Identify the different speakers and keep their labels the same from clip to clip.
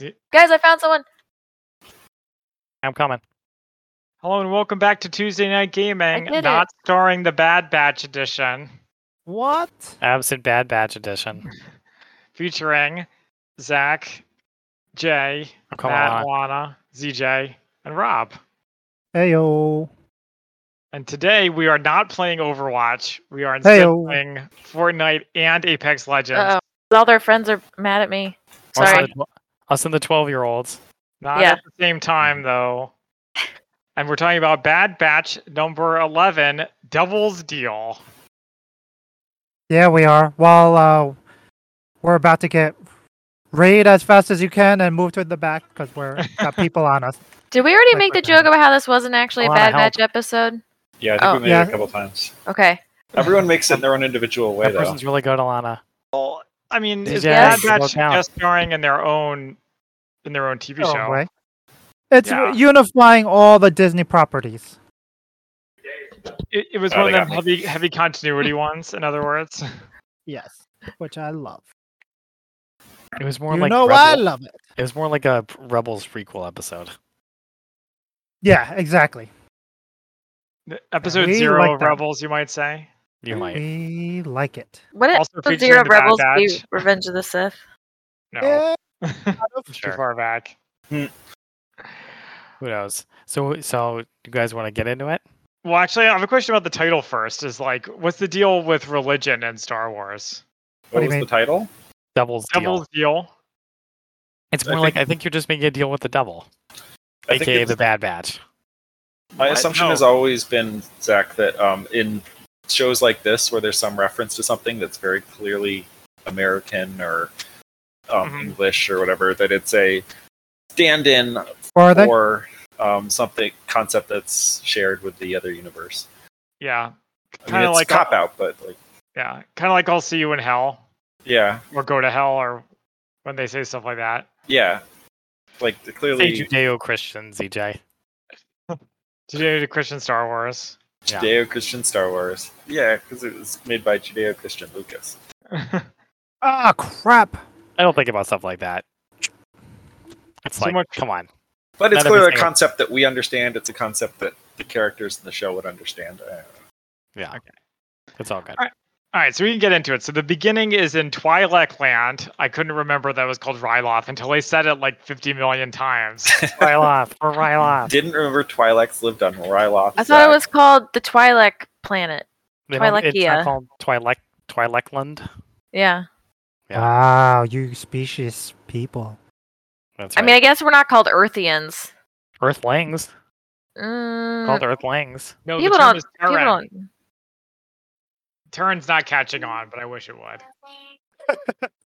Speaker 1: Ye-
Speaker 2: Guys, I found someone.
Speaker 1: I'm coming. Hello and welcome back to Tuesday Night Gaming,
Speaker 2: did it.
Speaker 1: not starring the Bad Batch edition,
Speaker 3: What?
Speaker 4: Absent Bad Batch Edition.
Speaker 1: featuring Zach, Jay,
Speaker 4: Oh, come
Speaker 1: Matt,
Speaker 4: on.
Speaker 1: Juana, ZJ, and Rob.
Speaker 3: Heyo.
Speaker 1: And today we are not playing Overwatch. We are instead
Speaker 3: Heyo.
Speaker 1: playing Fortnite and Apex Legends.
Speaker 2: Uh-oh. All their friends are mad at me.
Speaker 4: Us and
Speaker 2: Sorry.
Speaker 4: the tw- Us and the 12 year olds.
Speaker 1: Not
Speaker 2: Yeah.
Speaker 1: at the same time, though. And we're talking about Bad Batch number 11, Devil's Deal.
Speaker 3: Yeah, we are. Well, uh, we're about to get raid as fast as you can and move to the back because we're got people on us.
Speaker 2: Did we already
Speaker 3: Like
Speaker 2: make the
Speaker 3: what now?
Speaker 2: joke about how this wasn't actually
Speaker 4: I
Speaker 2: a
Speaker 4: wanna
Speaker 2: bad
Speaker 4: help.
Speaker 2: match episode?
Speaker 5: Yeah, I think
Speaker 2: Oh.
Speaker 5: we made
Speaker 3: Yeah.
Speaker 5: it a couple times.
Speaker 2: Okay.
Speaker 5: Everyone makes it in their own individual way,
Speaker 4: That
Speaker 5: though.
Speaker 4: person's really good, Alana.
Speaker 1: Well, I mean, is Bad
Speaker 2: Yes.
Speaker 4: Slow
Speaker 1: Batch
Speaker 4: down.
Speaker 1: just starring in their own in their own TV
Speaker 3: No
Speaker 1: show?
Speaker 3: way. Oh, It's
Speaker 1: Yeah.
Speaker 3: unifying all the Disney properties.
Speaker 1: It, it was
Speaker 5: Oh,
Speaker 1: one
Speaker 5: they
Speaker 1: of them
Speaker 5: got
Speaker 1: heavy heavy continuity ones. In other words,
Speaker 3: Yes, which I love.
Speaker 4: It was more
Speaker 3: you
Speaker 4: like
Speaker 3: know
Speaker 4: Rebel-
Speaker 3: why I love it.
Speaker 4: it was more like a Rebels prequel episode.
Speaker 3: Yeah, exactly.
Speaker 1: The episode
Speaker 3: we
Speaker 1: zero
Speaker 3: like
Speaker 1: of
Speaker 3: that.
Speaker 1: Rebels, you might say.
Speaker 4: You might.
Speaker 3: We like it.
Speaker 2: What did
Speaker 1: Also
Speaker 2: episode
Speaker 1: featuring
Speaker 2: zero
Speaker 1: the
Speaker 2: of
Speaker 1: Bad
Speaker 2: Rebels do?
Speaker 1: Batch.
Speaker 2: Revenge of the Sith.
Speaker 1: No,
Speaker 3: Yeah,
Speaker 1: too
Speaker 4: Sure.
Speaker 1: far back.
Speaker 4: Who knows? So, so you guys want to get into it?
Speaker 1: Well, actually, I have a question about the title first. Is like, what's the deal with religion in Star Wars?
Speaker 3: What do
Speaker 5: What
Speaker 3: you
Speaker 5: was
Speaker 3: mean?
Speaker 5: the title?
Speaker 4: Devil's deal.
Speaker 1: Devil's Deal.
Speaker 4: It's
Speaker 5: I
Speaker 4: more like
Speaker 5: think-
Speaker 4: I think you're just making a deal with the devil,
Speaker 5: I think
Speaker 4: aka
Speaker 5: it's-
Speaker 4: the Bad Batch.
Speaker 5: my
Speaker 1: What?
Speaker 5: assumption
Speaker 1: No.
Speaker 5: has always been, Zach, that um, in shows like this where there's some reference to something that's very clearly American or um,
Speaker 1: Mhm.
Speaker 5: English or whatever, that it's a stand-in
Speaker 3: Or they?
Speaker 5: or um, something concept that's shared with the other universe.
Speaker 1: Yeah,
Speaker 5: I mean,
Speaker 1: Kinda
Speaker 5: it's
Speaker 1: like a-
Speaker 5: cop out, but like,
Speaker 1: yeah, kind of like I'll see you in hell
Speaker 5: yeah,
Speaker 1: or go to hell or when they say stuff like that.
Speaker 5: yeah, like
Speaker 4: Hey,
Speaker 5: clearly
Speaker 4: Judeo Christian, ZJ.
Speaker 1: Today to Christian Star Wars.
Speaker 4: Yeah.
Speaker 5: Judeo-Christian Star Wars. Yeah, because it was made by Judeo-Christian Lucas.
Speaker 3: Ah, crap.
Speaker 4: I don't think about stuff like that. It's
Speaker 1: So
Speaker 4: like,
Speaker 1: much-
Speaker 4: come on.
Speaker 5: But it's
Speaker 4: Not
Speaker 5: clearly a
Speaker 4: everything.
Speaker 5: concept that we understand. It's a concept that the characters in the show would understand. Uh,
Speaker 4: Yeah.
Speaker 1: Okay.
Speaker 4: It's all good.
Speaker 1: All right, so we can get into it. So the beginning is in Twi'lek land. I couldn't remember that it was called Ryloth until they said it like 50 million times.
Speaker 4: Ryloth. We're Ryloth.
Speaker 5: Didn't remember Twi'leks lived on Ryloth.
Speaker 2: I thought
Speaker 5: Zach.
Speaker 2: it was called the Twi'lek planet.
Speaker 4: They don't- It's
Speaker 2: Twi'lekia.
Speaker 4: not called Twi'lek, Twi'lekland.
Speaker 2: Yeah.
Speaker 4: Yeah.
Speaker 3: Wow, you specious people.
Speaker 4: That's
Speaker 2: I
Speaker 4: right.
Speaker 2: mean, I guess we're not called Earthians.
Speaker 4: Earthlings.
Speaker 2: Mm,
Speaker 4: Called Earthlings.
Speaker 1: no, the
Speaker 2: people
Speaker 1: term
Speaker 2: don't.
Speaker 1: is
Speaker 2: People
Speaker 1: Terran.
Speaker 2: don't.
Speaker 1: Terran's not catching on, but I wish it would.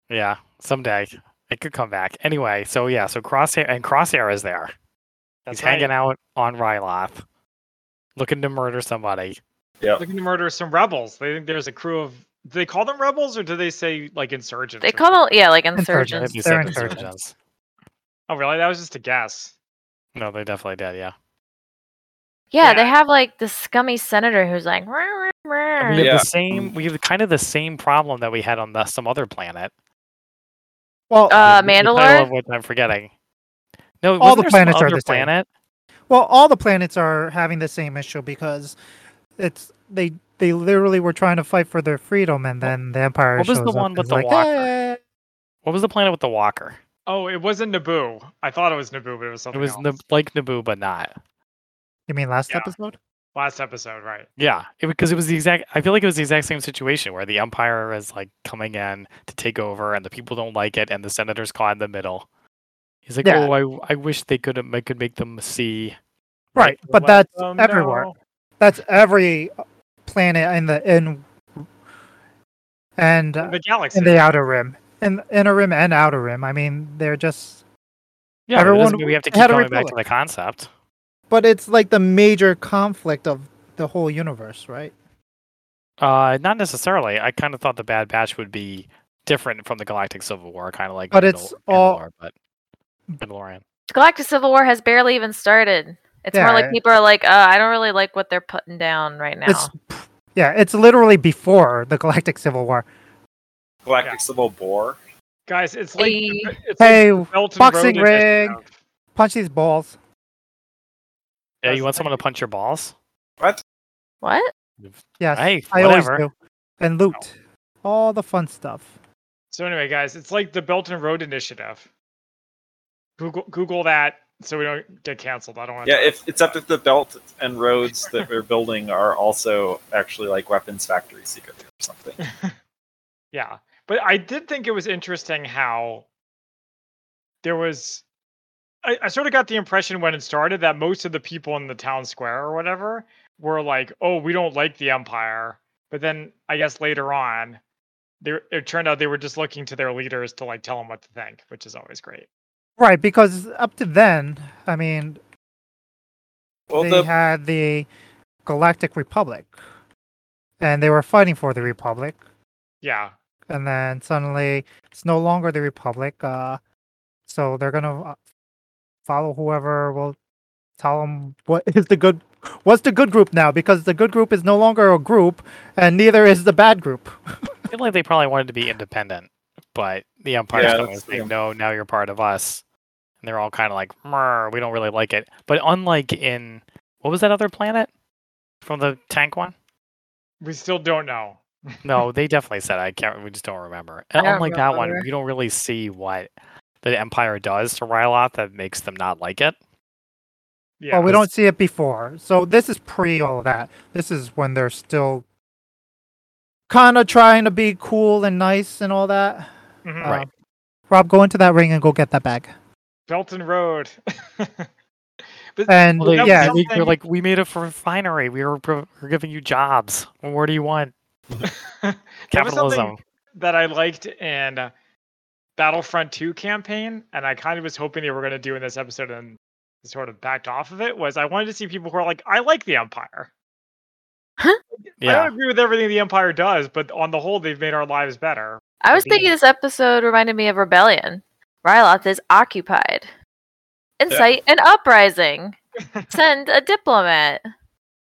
Speaker 4: Yeah, someday it could come back. Anyway, so yeah, so Crosshair and Crosshair is there.
Speaker 1: That's
Speaker 4: He's hanging out on Ryloth, looking to murder somebody.
Speaker 1: Looking to murder some rebels. They think there's a crew of. Do they call them rebels or do they say like insurgents?
Speaker 2: They
Speaker 1: or
Speaker 2: call them, yeah, like
Speaker 3: Insurgents.
Speaker 2: insurgents.
Speaker 4: Maybe
Speaker 3: they're
Speaker 4: some
Speaker 3: insurgents.
Speaker 4: insurgents.
Speaker 1: something? Oh, really? That was just a guess.
Speaker 4: No, they definitely did. Yeah,
Speaker 2: Yeah,
Speaker 1: Yeah.
Speaker 2: they have like this scummy senator who's like, "Rah, rah, rah."
Speaker 4: we have
Speaker 5: Yeah.
Speaker 4: the same. We have kind of the same problem that we had on the, some other planet.
Speaker 3: Well,
Speaker 2: uh,
Speaker 4: The title of
Speaker 2: Mandalore.
Speaker 4: which I'm forgetting. No,
Speaker 3: All
Speaker 4: wasn't there
Speaker 3: the
Speaker 4: some
Speaker 3: planets are
Speaker 4: other
Speaker 3: the same.
Speaker 4: planet.
Speaker 3: Well, all the planets are having the same issue because it's they they literally were trying to fight for their freedom, and then the empire.
Speaker 4: what was
Speaker 3: shows
Speaker 4: the
Speaker 3: up
Speaker 4: one
Speaker 3: and
Speaker 4: with
Speaker 3: is
Speaker 4: the
Speaker 3: like,
Speaker 4: walker?
Speaker 3: "Eh."
Speaker 4: What was the planet with the walker?
Speaker 1: Oh, it wasn't Naboo. I thought it was Naboo, but it was
Speaker 4: It
Speaker 1: something
Speaker 4: was
Speaker 1: else.
Speaker 4: Nab- like Naboo, but not.
Speaker 3: You mean last
Speaker 1: Yeah.
Speaker 3: episode?
Speaker 1: Last episode, right?
Speaker 4: Yeah, because it, was the exact. I feel like it was the exact same situation where the empire is like coming in to take over, and the people don't like it, and the senator's caught in the middle. He's like,
Speaker 3: Yeah.
Speaker 4: "Oh, I, I wish they could I could make them see."
Speaker 3: Right, but
Speaker 1: Let
Speaker 3: that's
Speaker 4: Um,
Speaker 1: them
Speaker 3: everywhere.
Speaker 1: know.
Speaker 3: That's every planet in the in and uh,
Speaker 1: The galaxy.
Speaker 3: in the outer rim, in inner rim and outer rim. I mean, they're just.
Speaker 4: Yeah, but it doesn't
Speaker 3: Everyone
Speaker 4: mean we have to
Speaker 3: had
Speaker 4: keep going
Speaker 3: a
Speaker 4: back to the concept.
Speaker 3: But it's like the major conflict of the whole universe, right?
Speaker 4: Uh, not necessarily. I kind of thought the Bad Batch would be different from the Galactic Civil War, kind of like.
Speaker 3: But it's
Speaker 4: Mandal-
Speaker 3: all-
Speaker 4: Mandalore, but Mandalorian.
Speaker 2: Galactic Civil War has barely even started. It's more
Speaker 3: Yeah.
Speaker 2: like people are like, uh, I don't really like what they're putting down right now.
Speaker 3: It's yeah, it's literally before the Galactic Civil War.
Speaker 5: Galactic
Speaker 1: Yeah.
Speaker 5: Civil War.
Speaker 1: Guys, it's like
Speaker 2: Hey.
Speaker 1: it's
Speaker 3: Hey,
Speaker 1: like Belton
Speaker 3: boxing
Speaker 1: Road edition
Speaker 3: ring.
Speaker 1: of-
Speaker 3: punch these balls.
Speaker 4: Yeah, you want someone to punch your balls?
Speaker 2: What?
Speaker 3: Yes,
Speaker 4: Hey,
Speaker 3: I
Speaker 4: whatever.
Speaker 3: always do. And loot, all the fun stuff.
Speaker 1: So anyway, guys, it's like the Belton Road Initiative. Google Google that so we don't get canceled. I don't want.
Speaker 5: Yeah, if, except if the belt and roads that we're building are also actually like weapons factory secretly or something.
Speaker 1: Yeah, but I did think it was interesting how there was. I, I sort of got the impression when it started that most of the people in the town square or whatever were like, "Oh, we don't like the empire," but then I guess later on, there it turned out they were just looking to their leaders to like tell them what to think, which is always great.
Speaker 3: Right, because up to then, I mean,
Speaker 5: Well,
Speaker 3: they
Speaker 5: the
Speaker 3: had the Galactic Republic, and they were fighting for the Republic,
Speaker 1: Yeah,
Speaker 3: and then suddenly it's no longer the Republic. Uh, so they're gonna uh, follow whoever will tell them what is the good, what's the good group now, because the good group is no longer a group, and neither is the bad group.
Speaker 4: I feel like they probably wanted to be independent, but the umpire's
Speaker 5: Yeah,
Speaker 4: coming and
Speaker 5: that's
Speaker 4: saying,
Speaker 5: the-
Speaker 4: no, now you're part of us. And they're all kind of like, "Mrr, we don't really like it. But unlike in, what was that other planet from the tank one?
Speaker 1: we still don't know.
Speaker 4: No, they definitely said I can't. We just don't remember.
Speaker 2: I
Speaker 4: And
Speaker 2: don't
Speaker 4: unlike that one,
Speaker 2: remember.
Speaker 4: we don't really see what the Empire does to Ryloth that makes them not like it.
Speaker 1: Yeah,
Speaker 3: Well, we don't see it before. So this is pre all that. This is when they're still kind of trying to be cool and nice and all that.
Speaker 1: mhm.
Speaker 4: Right.
Speaker 3: Um, Rob, go into that ring and go get that bag.
Speaker 1: Belton Road. but
Speaker 3: And
Speaker 4: Well, they,
Speaker 3: yeah,
Speaker 4: yeah, they, are
Speaker 1: something-
Speaker 4: like, we made a refinery. We were, pro- we're giving you jobs. What do you want?
Speaker 1: There was something-
Speaker 4: Capitalism.
Speaker 1: that I liked in uh, Battlefront 2 campaign, and I kind of was hoping they were going to do in this episode and sort of backed off of it, was I wanted to see people who are like, I like the Empire. I
Speaker 4: Yeah.
Speaker 1: don't agree with everything the Empire does, but on the whole, they've made our lives better.
Speaker 2: I was
Speaker 1: Could be.
Speaker 2: thinking this episode reminded me of Rebellion. Ryloth is occupied. Incite an uprising. Send a diplomat.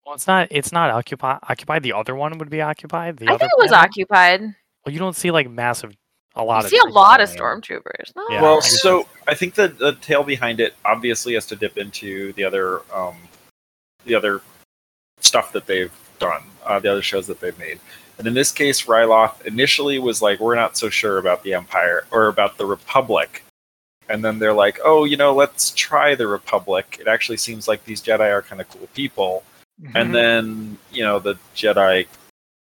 Speaker 4: Well, it's not. It's not occupied. Occupied. The other one would be occupied. The
Speaker 2: I
Speaker 4: other
Speaker 2: think it was
Speaker 4: planet?
Speaker 2: occupied.
Speaker 4: Well, you don't see like massive. A lot
Speaker 2: You
Speaker 4: of.
Speaker 2: see a
Speaker 4: troops
Speaker 2: lot of
Speaker 4: going in.
Speaker 2: stormtroopers. No.
Speaker 4: Yeah.
Speaker 5: well,
Speaker 4: I guess
Speaker 5: so I think the the tale behind it obviously has to dip into the other um, the other stuff that they've done, uh, the other shows that they've made. And in this case, Ryloth initially was like, "We're not so sure about the Empire or about the Republic," and then they're like, "Oh, you know, let's try the Republic. It actually seems like these Jedi are kind of cool people."
Speaker 1: Mm-hmm.
Speaker 5: And then you know the Jedi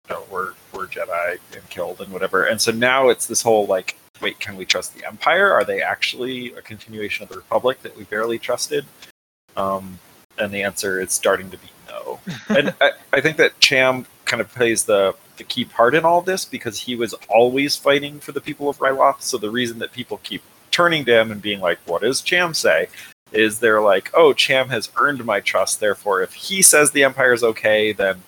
Speaker 5: you know, were were Jedi and killed and whatever. And so now it's this whole like, wait, can we trust the Empire? Are they actually a continuation of the Republic that we barely trusted? Um, and the answer is starting to be no. and uh, I, I think that Cham kind of plays the the key part in all this because he was always fighting for the people of Ryloth. So the reason that people keep turning to him and being like, "What does Cham say?" is they're like, "Oh, Cham has earned my trust. Therefore, if he says the Empire's okay, then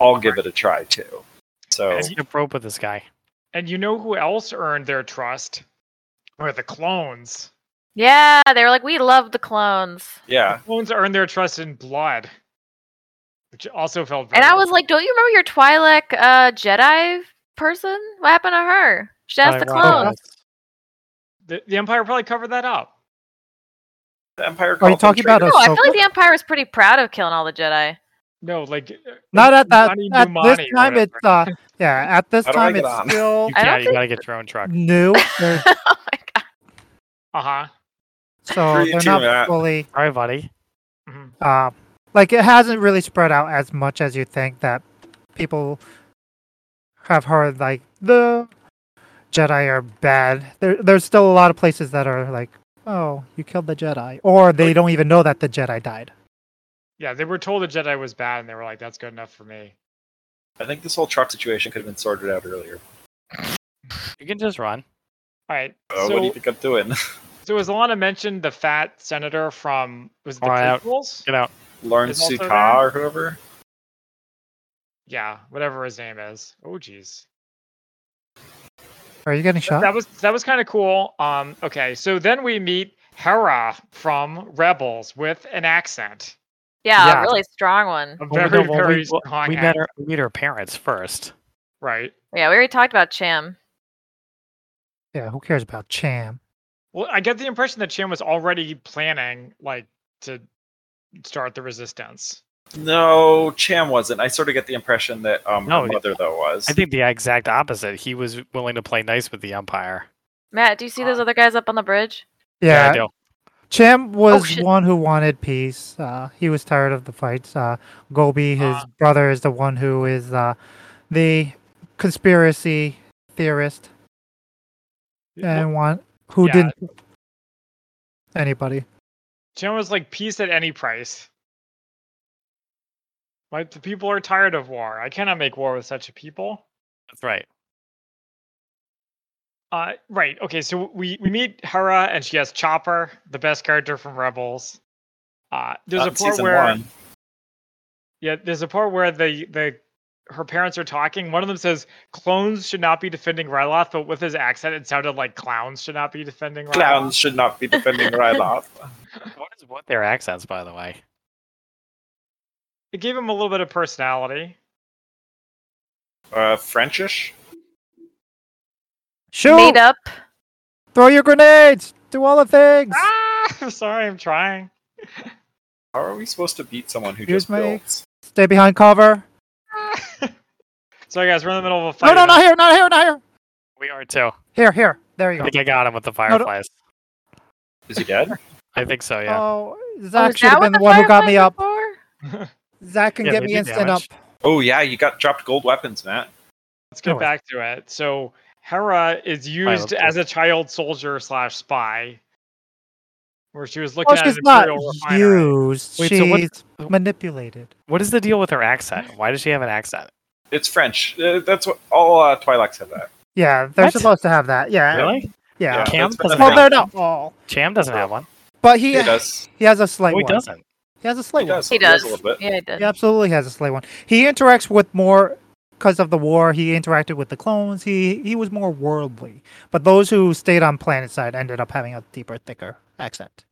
Speaker 5: I'll give it a try too." So
Speaker 4: Let's get rope with this guy.
Speaker 1: And you know who else earned their trust? Were the clones.
Speaker 2: Yeah, they were like, we love the clones.
Speaker 5: yeah,
Speaker 1: Clones earned their trust in blood, which also felt
Speaker 2: And I
Speaker 1: very-
Speaker 2: was like, don't you remember your Twi'lek uh, Jedi person? What happened to her? She asked the
Speaker 4: By Ryloth.
Speaker 2: clones.
Speaker 1: the, the Empire probably covered that up.
Speaker 5: the Empire.
Speaker 3: are you
Speaker 5: called them
Speaker 3: talking about
Speaker 2: No,
Speaker 3: us?
Speaker 2: I feel like the Empire was pretty proud of killing all the Jedi.
Speaker 1: No, like uh,
Speaker 3: Not at that.
Speaker 1: Johnny
Speaker 3: At
Speaker 1: Numani
Speaker 3: this
Speaker 1: or
Speaker 3: time, it's
Speaker 1: whatever.
Speaker 3: uh, yeah. At this
Speaker 5: How do I
Speaker 3: time,
Speaker 5: get
Speaker 3: it's
Speaker 5: on?
Speaker 3: still
Speaker 4: You
Speaker 2: I don't
Speaker 4: can't. You
Speaker 2: think-
Speaker 4: gotta get your own truck.
Speaker 3: new, they're-
Speaker 2: oh my god.
Speaker 1: uh-huh.
Speaker 3: so
Speaker 5: Pretty
Speaker 3: they're
Speaker 5: true,
Speaker 3: not
Speaker 5: Matt.
Speaker 3: fully.
Speaker 4: All right, buddy.
Speaker 1: Mhm.
Speaker 3: Uh, like it hasn't really spread out as much as you think that people have heard. Like the Jedi are bad. There, there's still a lot of places that are like, oh, you killed the Jedi, or they don't even know that the Jedi died.
Speaker 1: Yeah, they were told the Jedi was bad, and they were like, "That's good enough for me."
Speaker 3: uh,
Speaker 5: I think this whole truck situation could have been sorted out earlier.
Speaker 4: You can just run.
Speaker 1: All right.
Speaker 5: Uh, what do you
Speaker 1: so,
Speaker 5: think I'm doing?
Speaker 1: so as Alana mentioned, the fat senator from was it the
Speaker 4: All right.
Speaker 1: prequels?
Speaker 4: Get out.
Speaker 5: Lawrence
Speaker 1: also
Speaker 5: Sutta
Speaker 1: there.
Speaker 5: or whoever.
Speaker 1: Yeah, whatever his name is. Oh, jeez.
Speaker 3: Are you getting
Speaker 1: That-
Speaker 3: shot?
Speaker 1: That was that was kind of cool. Um, okay, so then we meet Hera from Rebels with an accent.
Speaker 2: Yeah,
Speaker 4: Yeah.
Speaker 2: a really strong one.
Speaker 1: A
Speaker 4: Well, we
Speaker 1: very,
Speaker 4: know- well,
Speaker 1: very
Speaker 4: we, well,
Speaker 1: strong
Speaker 4: we met
Speaker 1: accent.
Speaker 4: her. We meet her parents first.
Speaker 1: Right.
Speaker 2: Yeah, we already talked about Cham.
Speaker 3: Yeah, who cares about Cham?
Speaker 1: Well, I get the impression that Chan was already planning like to start the resistance.
Speaker 5: No, Cham wasn't. I sort of get the impression that um,
Speaker 4: No,
Speaker 5: her mother though was.
Speaker 4: I think the exact opposite. He was willing to play nice with the umpire.
Speaker 2: Matt, do you see those other guys up on the bridge?
Speaker 3: Yeah,
Speaker 4: I do.
Speaker 3: Cham was
Speaker 2: shit.
Speaker 3: one who wanted peace. Uh, he was tired of the fights. Uh, Golby, his
Speaker 1: Ah.
Speaker 3: brother, is the one who is uh, the conspiracy theorist and one who
Speaker 1: yeah.
Speaker 3: didn't anybody.
Speaker 1: Chan was like peace at any price. Like the people are tired of war. I cannot make war with such a people.
Speaker 4: That's right.
Speaker 1: Uh, right. Okay. So we we meet Hera, and she has Chopper, the best character from Rebels. Uh, there's
Speaker 5: Not
Speaker 1: a
Speaker 5: in
Speaker 1: part
Speaker 5: season
Speaker 1: where
Speaker 5: one.
Speaker 1: yeah, there's a part where the the her parents are talking. One of them says clones should not be defending Ryloth, but with his accent, it sounded like clowns should not be defending Ryloth.
Speaker 5: Clowns should not be defending Ryloth.
Speaker 4: What is what their accents, by the way?
Speaker 1: It gave him a little bit of personality.
Speaker 5: Uh, Frenchish?
Speaker 3: Shoot!
Speaker 2: Made up.
Speaker 3: Throw your grenades! Do all the things!
Speaker 1: Ah, I'm sorry. I'm trying.
Speaker 5: How are we supposed to beat someone who
Speaker 3: Here's
Speaker 5: just
Speaker 3: my-
Speaker 5: builds?
Speaker 3: Stay behind cover.
Speaker 1: Sorry, guys. We're in the middle of a
Speaker 3: No,
Speaker 1: fight.
Speaker 3: no,
Speaker 1: and
Speaker 3: not
Speaker 1: I-
Speaker 3: here, not here, not here.
Speaker 4: We are too.
Speaker 3: Here, here. There you
Speaker 4: I
Speaker 3: go.
Speaker 4: think I got him with the fireflies.
Speaker 5: Is he dead?
Speaker 4: I think so. Yeah.
Speaker 3: Oh,
Speaker 2: Oh,
Speaker 3: Zach
Speaker 2: is
Speaker 3: should
Speaker 2: that
Speaker 3: have
Speaker 2: what
Speaker 3: been the one who got
Speaker 2: fireflies
Speaker 3: me
Speaker 2: are
Speaker 3: up.
Speaker 2: for?
Speaker 3: Zach can
Speaker 4: Yeah,
Speaker 3: get
Speaker 4: they
Speaker 3: me
Speaker 4: do
Speaker 3: instant
Speaker 4: damage.
Speaker 3: up.
Speaker 5: Oh yeah, you got dropped gold weapons, Matt.
Speaker 1: Let's get
Speaker 3: No, it's-
Speaker 1: back to it. So Hera is
Speaker 4: let's
Speaker 1: used
Speaker 4: do
Speaker 1: as a child soldier slash spy, where she was looking
Speaker 3: Well,
Speaker 1: at
Speaker 3: Oh, she's
Speaker 1: an
Speaker 3: not
Speaker 1: imperial refinery.
Speaker 3: used.
Speaker 4: Wait, so what-
Speaker 3: she's manipulated.
Speaker 4: What is the deal with her accent? Why does she have an accent?
Speaker 5: It's French. Uh, that's what all uh, Twi'leks have that.
Speaker 3: Yeah, they're
Speaker 4: What?
Speaker 3: supposed to have that. Yeah,
Speaker 4: Really?
Speaker 3: yeah.
Speaker 5: Yeah.
Speaker 4: Cam
Speaker 5: that's
Speaker 4: doesn't
Speaker 5: what
Speaker 3: Well,
Speaker 5: I
Speaker 4: have
Speaker 3: they're
Speaker 4: one.
Speaker 3: not all,
Speaker 4: Cham doesn't have one.
Speaker 3: but he
Speaker 5: He does.
Speaker 3: he has a
Speaker 5: Oh,
Speaker 3: slight
Speaker 4: No, Oh, he
Speaker 3: one.
Speaker 4: doesn't.
Speaker 3: He has a
Speaker 5: He
Speaker 3: slight one.
Speaker 5: does.
Speaker 2: He does.
Speaker 5: a little bit.
Speaker 2: Yeah, I did.
Speaker 3: He absolutely has a slight one. He interacts with more because of the war. He interacted with the clones. He he was more worldly. But those who stayed on planet side ended up having a deeper, thicker accent.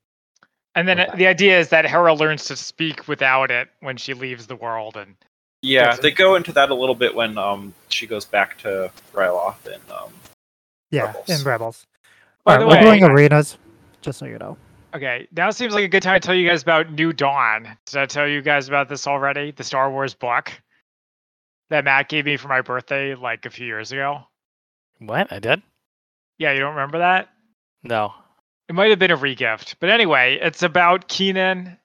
Speaker 1: And then
Speaker 3: Okay.
Speaker 1: uh, the idea is that Hera learns to speak without it when she leaves the world. And
Speaker 5: Yeah,
Speaker 1: Does it?
Speaker 5: they go into that a little bit when um she goes back to Ryloth and um
Speaker 3: Yeah,
Speaker 5: Rebels.
Speaker 3: in Rebels.
Speaker 1: By
Speaker 3: All
Speaker 1: the
Speaker 3: right, we're
Speaker 1: way-
Speaker 3: doing arenas, just so you know.
Speaker 1: okay, now seems like a good time to tell you guys about New Dawn. Did I tell you guys about this already? The Star Wars book that Matt gave me for my birthday like a few years ago.
Speaker 4: What? I did?
Speaker 1: Yeah, you don't remember that?
Speaker 4: No.
Speaker 1: It might have been a regift, but anyway, it's about Keenan.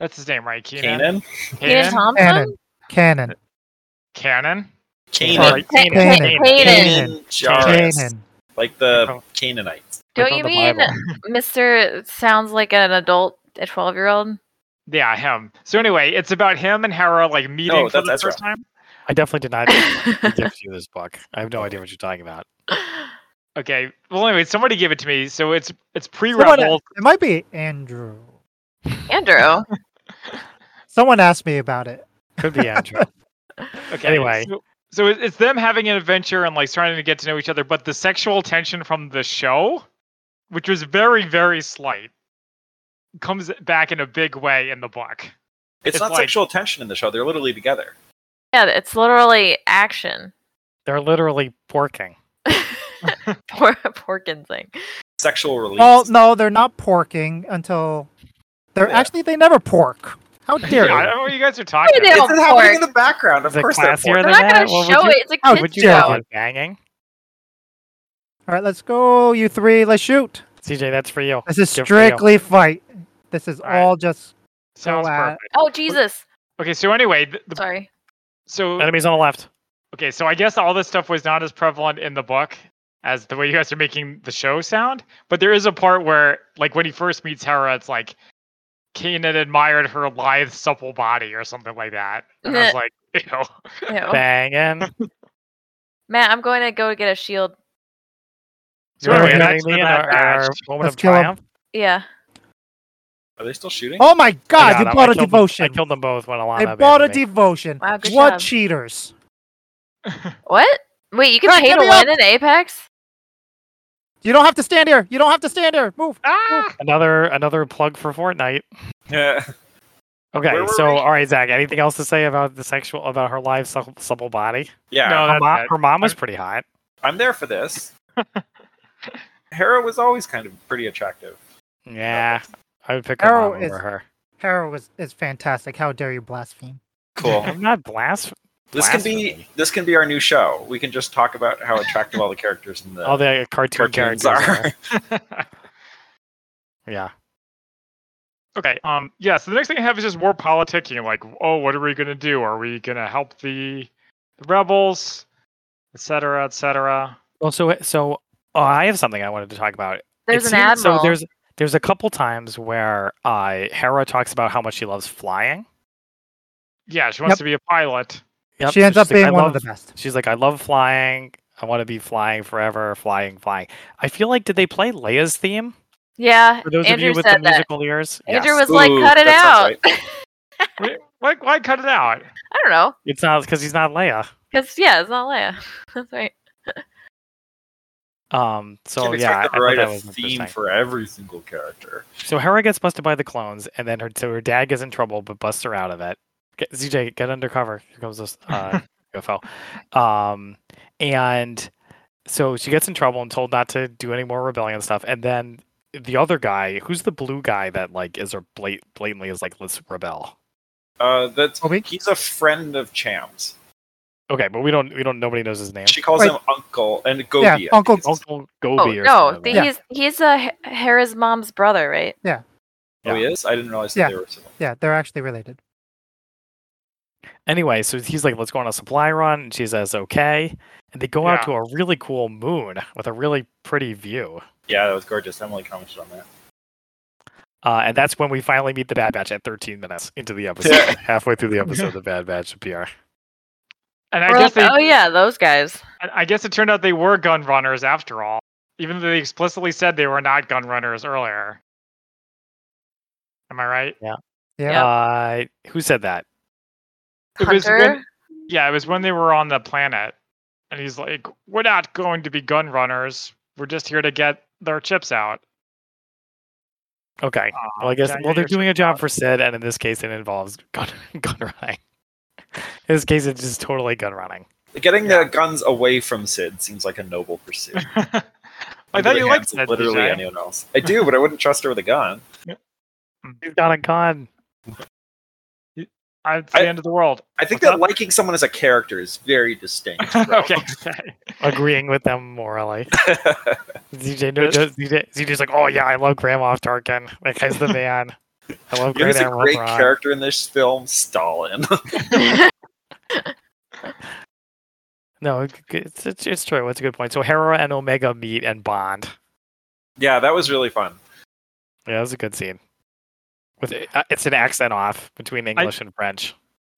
Speaker 1: That's his name, right? Keenan.
Speaker 5: Kanan.
Speaker 2: Keenan
Speaker 1: Kanan.
Speaker 2: Thompson?
Speaker 3: Cannon.
Speaker 1: Kanan.
Speaker 3: Canon.
Speaker 2: Ca-
Speaker 5: Kanan.
Speaker 4: Kanan.
Speaker 2: Ca-
Speaker 3: Kanan.
Speaker 2: Kanan.
Speaker 5: Kanan Jarrus.
Speaker 3: Canon.
Speaker 5: Like the Canaanites.
Speaker 2: Don't
Speaker 4: from
Speaker 2: you
Speaker 4: the
Speaker 2: mean
Speaker 4: Bible.
Speaker 2: Mr. Sounds like an adult, a 12 year old?
Speaker 1: Yeah, him. So anyway, it's about him and Hera like meeting
Speaker 5: No,
Speaker 1: for
Speaker 5: that's
Speaker 1: the
Speaker 5: Ezra.
Speaker 1: first time.
Speaker 4: I definitely did not give you this book. I have no idea what you're talking about.
Speaker 1: Okay. Well, anyway, somebody gave it to me, so it's it's
Speaker 3: Someone-
Speaker 1: pre-rebel.
Speaker 3: It might be Andrew.
Speaker 2: Andrew.
Speaker 3: Someone asked me about it.
Speaker 4: Could be Andrew.
Speaker 1: Okay.
Speaker 4: Anyway.
Speaker 1: So, so it- it's them having an adventure and like starting to get to know each other, but the sexual tension from the show, which was very very slight, comes back in a big way in the book.
Speaker 5: It's,
Speaker 1: It's
Speaker 5: not
Speaker 1: like-
Speaker 5: sexual tension in the show. They're literally together.
Speaker 2: yeah, it's literally action.
Speaker 4: They're literally porking.
Speaker 2: Poor Porkin thing.
Speaker 5: Sexual release.
Speaker 3: Well, no, they're not porking until they're
Speaker 5: Yeah.
Speaker 3: actually they never pork. How dare
Speaker 1: Yeah, I
Speaker 3: you?
Speaker 1: don't know what you guys are talking.
Speaker 2: they
Speaker 1: about.
Speaker 2: all
Speaker 5: it's happening in
Speaker 2: pork.
Speaker 5: the background. Of
Speaker 4: Is it
Speaker 5: course, they're
Speaker 4: classier
Speaker 5: pork.
Speaker 2: They're
Speaker 4: than
Speaker 2: not going
Speaker 4: that?
Speaker 2: to
Speaker 4: What would
Speaker 2: show
Speaker 4: you-
Speaker 2: it. It's
Speaker 3: how
Speaker 2: a
Speaker 3: would
Speaker 2: kid's
Speaker 3: you
Speaker 2: show.
Speaker 4: Like banging.
Speaker 3: All right, let's go, you three. Let's shoot.
Speaker 4: CJ, that's for you.
Speaker 3: This is
Speaker 4: Good for you.
Speaker 3: strictly fight. This is
Speaker 1: All right.
Speaker 3: all just
Speaker 1: Sounds
Speaker 3: uh,
Speaker 1: perfect.
Speaker 2: Oh, Jesus.
Speaker 1: Okay, so anyway, th- the,
Speaker 2: Sorry.
Speaker 1: so
Speaker 4: Enemies on the left.
Speaker 1: Okay, so I guess all this stuff was not as prevalent in the book as the way you guys are making the show sound. But there is a part where, like, when he first meets Hera, it's like Kanan admired her lithe, supple body or something like that. And I was like, ew.
Speaker 2: Ew.
Speaker 4: Banging.
Speaker 2: Matt, I'm going to go get a shield.
Speaker 1: So
Speaker 3: Yeah,
Speaker 1: anyway,
Speaker 3: yeah,
Speaker 1: that's the
Speaker 4: me and
Speaker 1: bad
Speaker 4: our, our
Speaker 1: batch.
Speaker 4: moment
Speaker 3: Let's
Speaker 4: of
Speaker 3: kill 'em.
Speaker 4: triumph.
Speaker 2: Yeah.
Speaker 5: Are they still shooting?
Speaker 3: Oh my
Speaker 4: I
Speaker 3: god,
Speaker 4: got
Speaker 3: you
Speaker 4: 'em.
Speaker 3: bought
Speaker 4: I
Speaker 3: a
Speaker 4: killed them-
Speaker 3: devotion.
Speaker 4: I killed them both when Alana.
Speaker 3: They bought a
Speaker 4: abandoned me.
Speaker 3: devotion.
Speaker 2: Wow, good
Speaker 3: what
Speaker 2: job.
Speaker 3: cheaters?
Speaker 2: What? Wait, you can
Speaker 3: Right,
Speaker 2: pay
Speaker 3: get
Speaker 2: to
Speaker 3: me
Speaker 2: win
Speaker 3: up.
Speaker 2: in Apex?
Speaker 3: You don't have to stand here. You don't have to stand here. Move.
Speaker 1: Ah!
Speaker 4: Another another plug for Fortnite.
Speaker 5: Yeah.
Speaker 4: Okay,
Speaker 5: Where were
Speaker 4: so
Speaker 5: we?
Speaker 4: all right, Zach. Anything else to say about the sexual about her live supple, supple body?
Speaker 5: yeah.
Speaker 1: No,
Speaker 4: Her,
Speaker 1: that's
Speaker 4: mom,
Speaker 1: it.
Speaker 4: her mom was pretty hot.
Speaker 5: I'm there for this. Hera was always kind of pretty attractive.
Speaker 4: Yeah, I would pick
Speaker 3: Arrow
Speaker 4: her
Speaker 3: is-
Speaker 4: over her.
Speaker 3: Hera was is fantastic. How dare you blaspheme?
Speaker 5: Cool.
Speaker 4: I'm not blaspheming.
Speaker 5: this can be this can be our new show. We can just talk about how attractive all the characters in the
Speaker 4: all the cartoon
Speaker 5: cartoons
Speaker 4: characters
Speaker 5: are.
Speaker 4: are. Yeah.
Speaker 1: Okay. Um. Yeah. So the next thing I have is just more politicking. Like, oh, what are we gonna do? Are we gonna help the, the rebels, et cetera, et cetera?
Speaker 4: Well, so so oh, I have something I wanted to talk about. It
Speaker 2: There's an
Speaker 4: seems-
Speaker 2: admiral.
Speaker 4: So there's there's a couple times where uh, Hera talks about how much she loves flying.
Speaker 1: Yeah, she wants
Speaker 3: Yep.
Speaker 1: to be a pilot.
Speaker 4: Yep,
Speaker 3: she ends
Speaker 4: so
Speaker 3: up
Speaker 4: she's like,
Speaker 3: being
Speaker 4: "I
Speaker 3: one
Speaker 4: love
Speaker 3: of the best.
Speaker 4: She's like, I love flying. I want to be flying forever, flying, flying. I feel like did they play Leia's theme
Speaker 2: yeah,
Speaker 4: for those
Speaker 2: Andrew
Speaker 4: of you with the
Speaker 2: said that.
Speaker 4: musical ears?
Speaker 2: Andrew
Speaker 4: Yes.
Speaker 2: was like,
Speaker 5: Ooh,
Speaker 2: "Cut it
Speaker 5: that
Speaker 2: out."
Speaker 5: sounds
Speaker 1: Wait, why, why cut it out?
Speaker 2: I don't know,
Speaker 4: it's not because he's not Leia.
Speaker 2: because yeah, it's not Leia. That's right.
Speaker 4: Um, so
Speaker 5: Can't
Speaker 4: yeah, I
Speaker 5: expect them to
Speaker 4: thought
Speaker 5: write
Speaker 4: that
Speaker 5: a
Speaker 4: was
Speaker 5: theme
Speaker 4: interesting.
Speaker 5: for every single character.
Speaker 4: So Hera gets busted by the clones, and then her so her dad gets in trouble, but busts her out of it. Get, ZJ, get undercover. Here comes this uh, UFO. Um, and so she gets in trouble and told not to do any more rebellion stuff. And then the other guy, who's the blue guy that like is her blat- blatantly is like let's rebel.
Speaker 5: Uh, that's
Speaker 4: Oh,
Speaker 3: Obi?
Speaker 5: he's a friend of Cham's.
Speaker 4: Okay, but we don't we don't nobody knows his name.
Speaker 5: She calls
Speaker 3: Wait.
Speaker 5: him Uncle and Gobi.
Speaker 3: Yeah,
Speaker 5: I think
Speaker 3: Uncle-
Speaker 5: it's-
Speaker 4: Uncle
Speaker 2: Oh
Speaker 4: Gobi or
Speaker 2: no,
Speaker 4: something.
Speaker 2: the-
Speaker 4: like that.
Speaker 2: he's he's a H- Hera's mom's brother, right?
Speaker 5: Oh, he is. I didn't realize
Speaker 3: Yeah.
Speaker 5: that they were similar.
Speaker 3: Yeah, they're actually related.
Speaker 4: Anyway, so he's like, let's go on a supply run. And she says, okay. And they go out
Speaker 1: Yeah.
Speaker 4: to a really cool moon with a really pretty view.
Speaker 5: Yeah, that was gorgeous. Emily commented on that.
Speaker 4: Uh, and that's when we finally meet the Bad Batch at 13 minutes into the episode, halfway through the episode, the Bad Batch appear.
Speaker 1: And I
Speaker 2: We're
Speaker 1: guess
Speaker 2: like,
Speaker 1: they,
Speaker 2: oh yeah, those guys.
Speaker 1: I I guess it turned out they were gun runners after all, even though they explicitly said they were not gun runners earlier. Am I right?
Speaker 3: Yeah.
Speaker 4: Uh, who said that?
Speaker 1: It was when-
Speaker 2: Hunter.
Speaker 1: Yeah, it was when they were on the planet, and he's like, "We're not going to be gun runners. We're just here to get their chips out."
Speaker 4: Okay.
Speaker 1: Uh,
Speaker 4: Well, I guess
Speaker 1: yeah, yeah,
Speaker 4: well they're
Speaker 1: you're
Speaker 4: doing a job for Sid, and in this case, it involves gun gun running. In this case, it's just totally gun running.
Speaker 5: Getting
Speaker 1: Yeah.
Speaker 5: the guns away from Sid seems like a noble pursuit.
Speaker 1: I thought you liked
Speaker 5: Hands of
Speaker 1: that.
Speaker 5: literally
Speaker 1: DJ.
Speaker 5: anyone else. I do, but I wouldn't trust her with a gun.
Speaker 4: He's got a gun.
Speaker 1: I- It's the
Speaker 5: I-
Speaker 1: end of the world.
Speaker 5: I think
Speaker 1: What's
Speaker 5: that liking someone as a character is very distinct.
Speaker 1: up?
Speaker 5: bro.
Speaker 1: okay. okay.
Speaker 4: Agreeing with them morally. DJ, no, no, DJ, DJ's like, oh yeah, I love Grandma Tarkin. That guy's the man. I love
Speaker 5: You know
Speaker 4: Great
Speaker 5: who's a
Speaker 4: Admiral
Speaker 5: great
Speaker 4: Thrawn."
Speaker 5: character in this film? Stalin.
Speaker 4: No, it- it's, it's it's true. It's a good point. So Hera and Omega meet and bond.
Speaker 5: yeah, that was really fun.
Speaker 4: Yeah, that was a good scene. With uh, it's an accent off between English and French.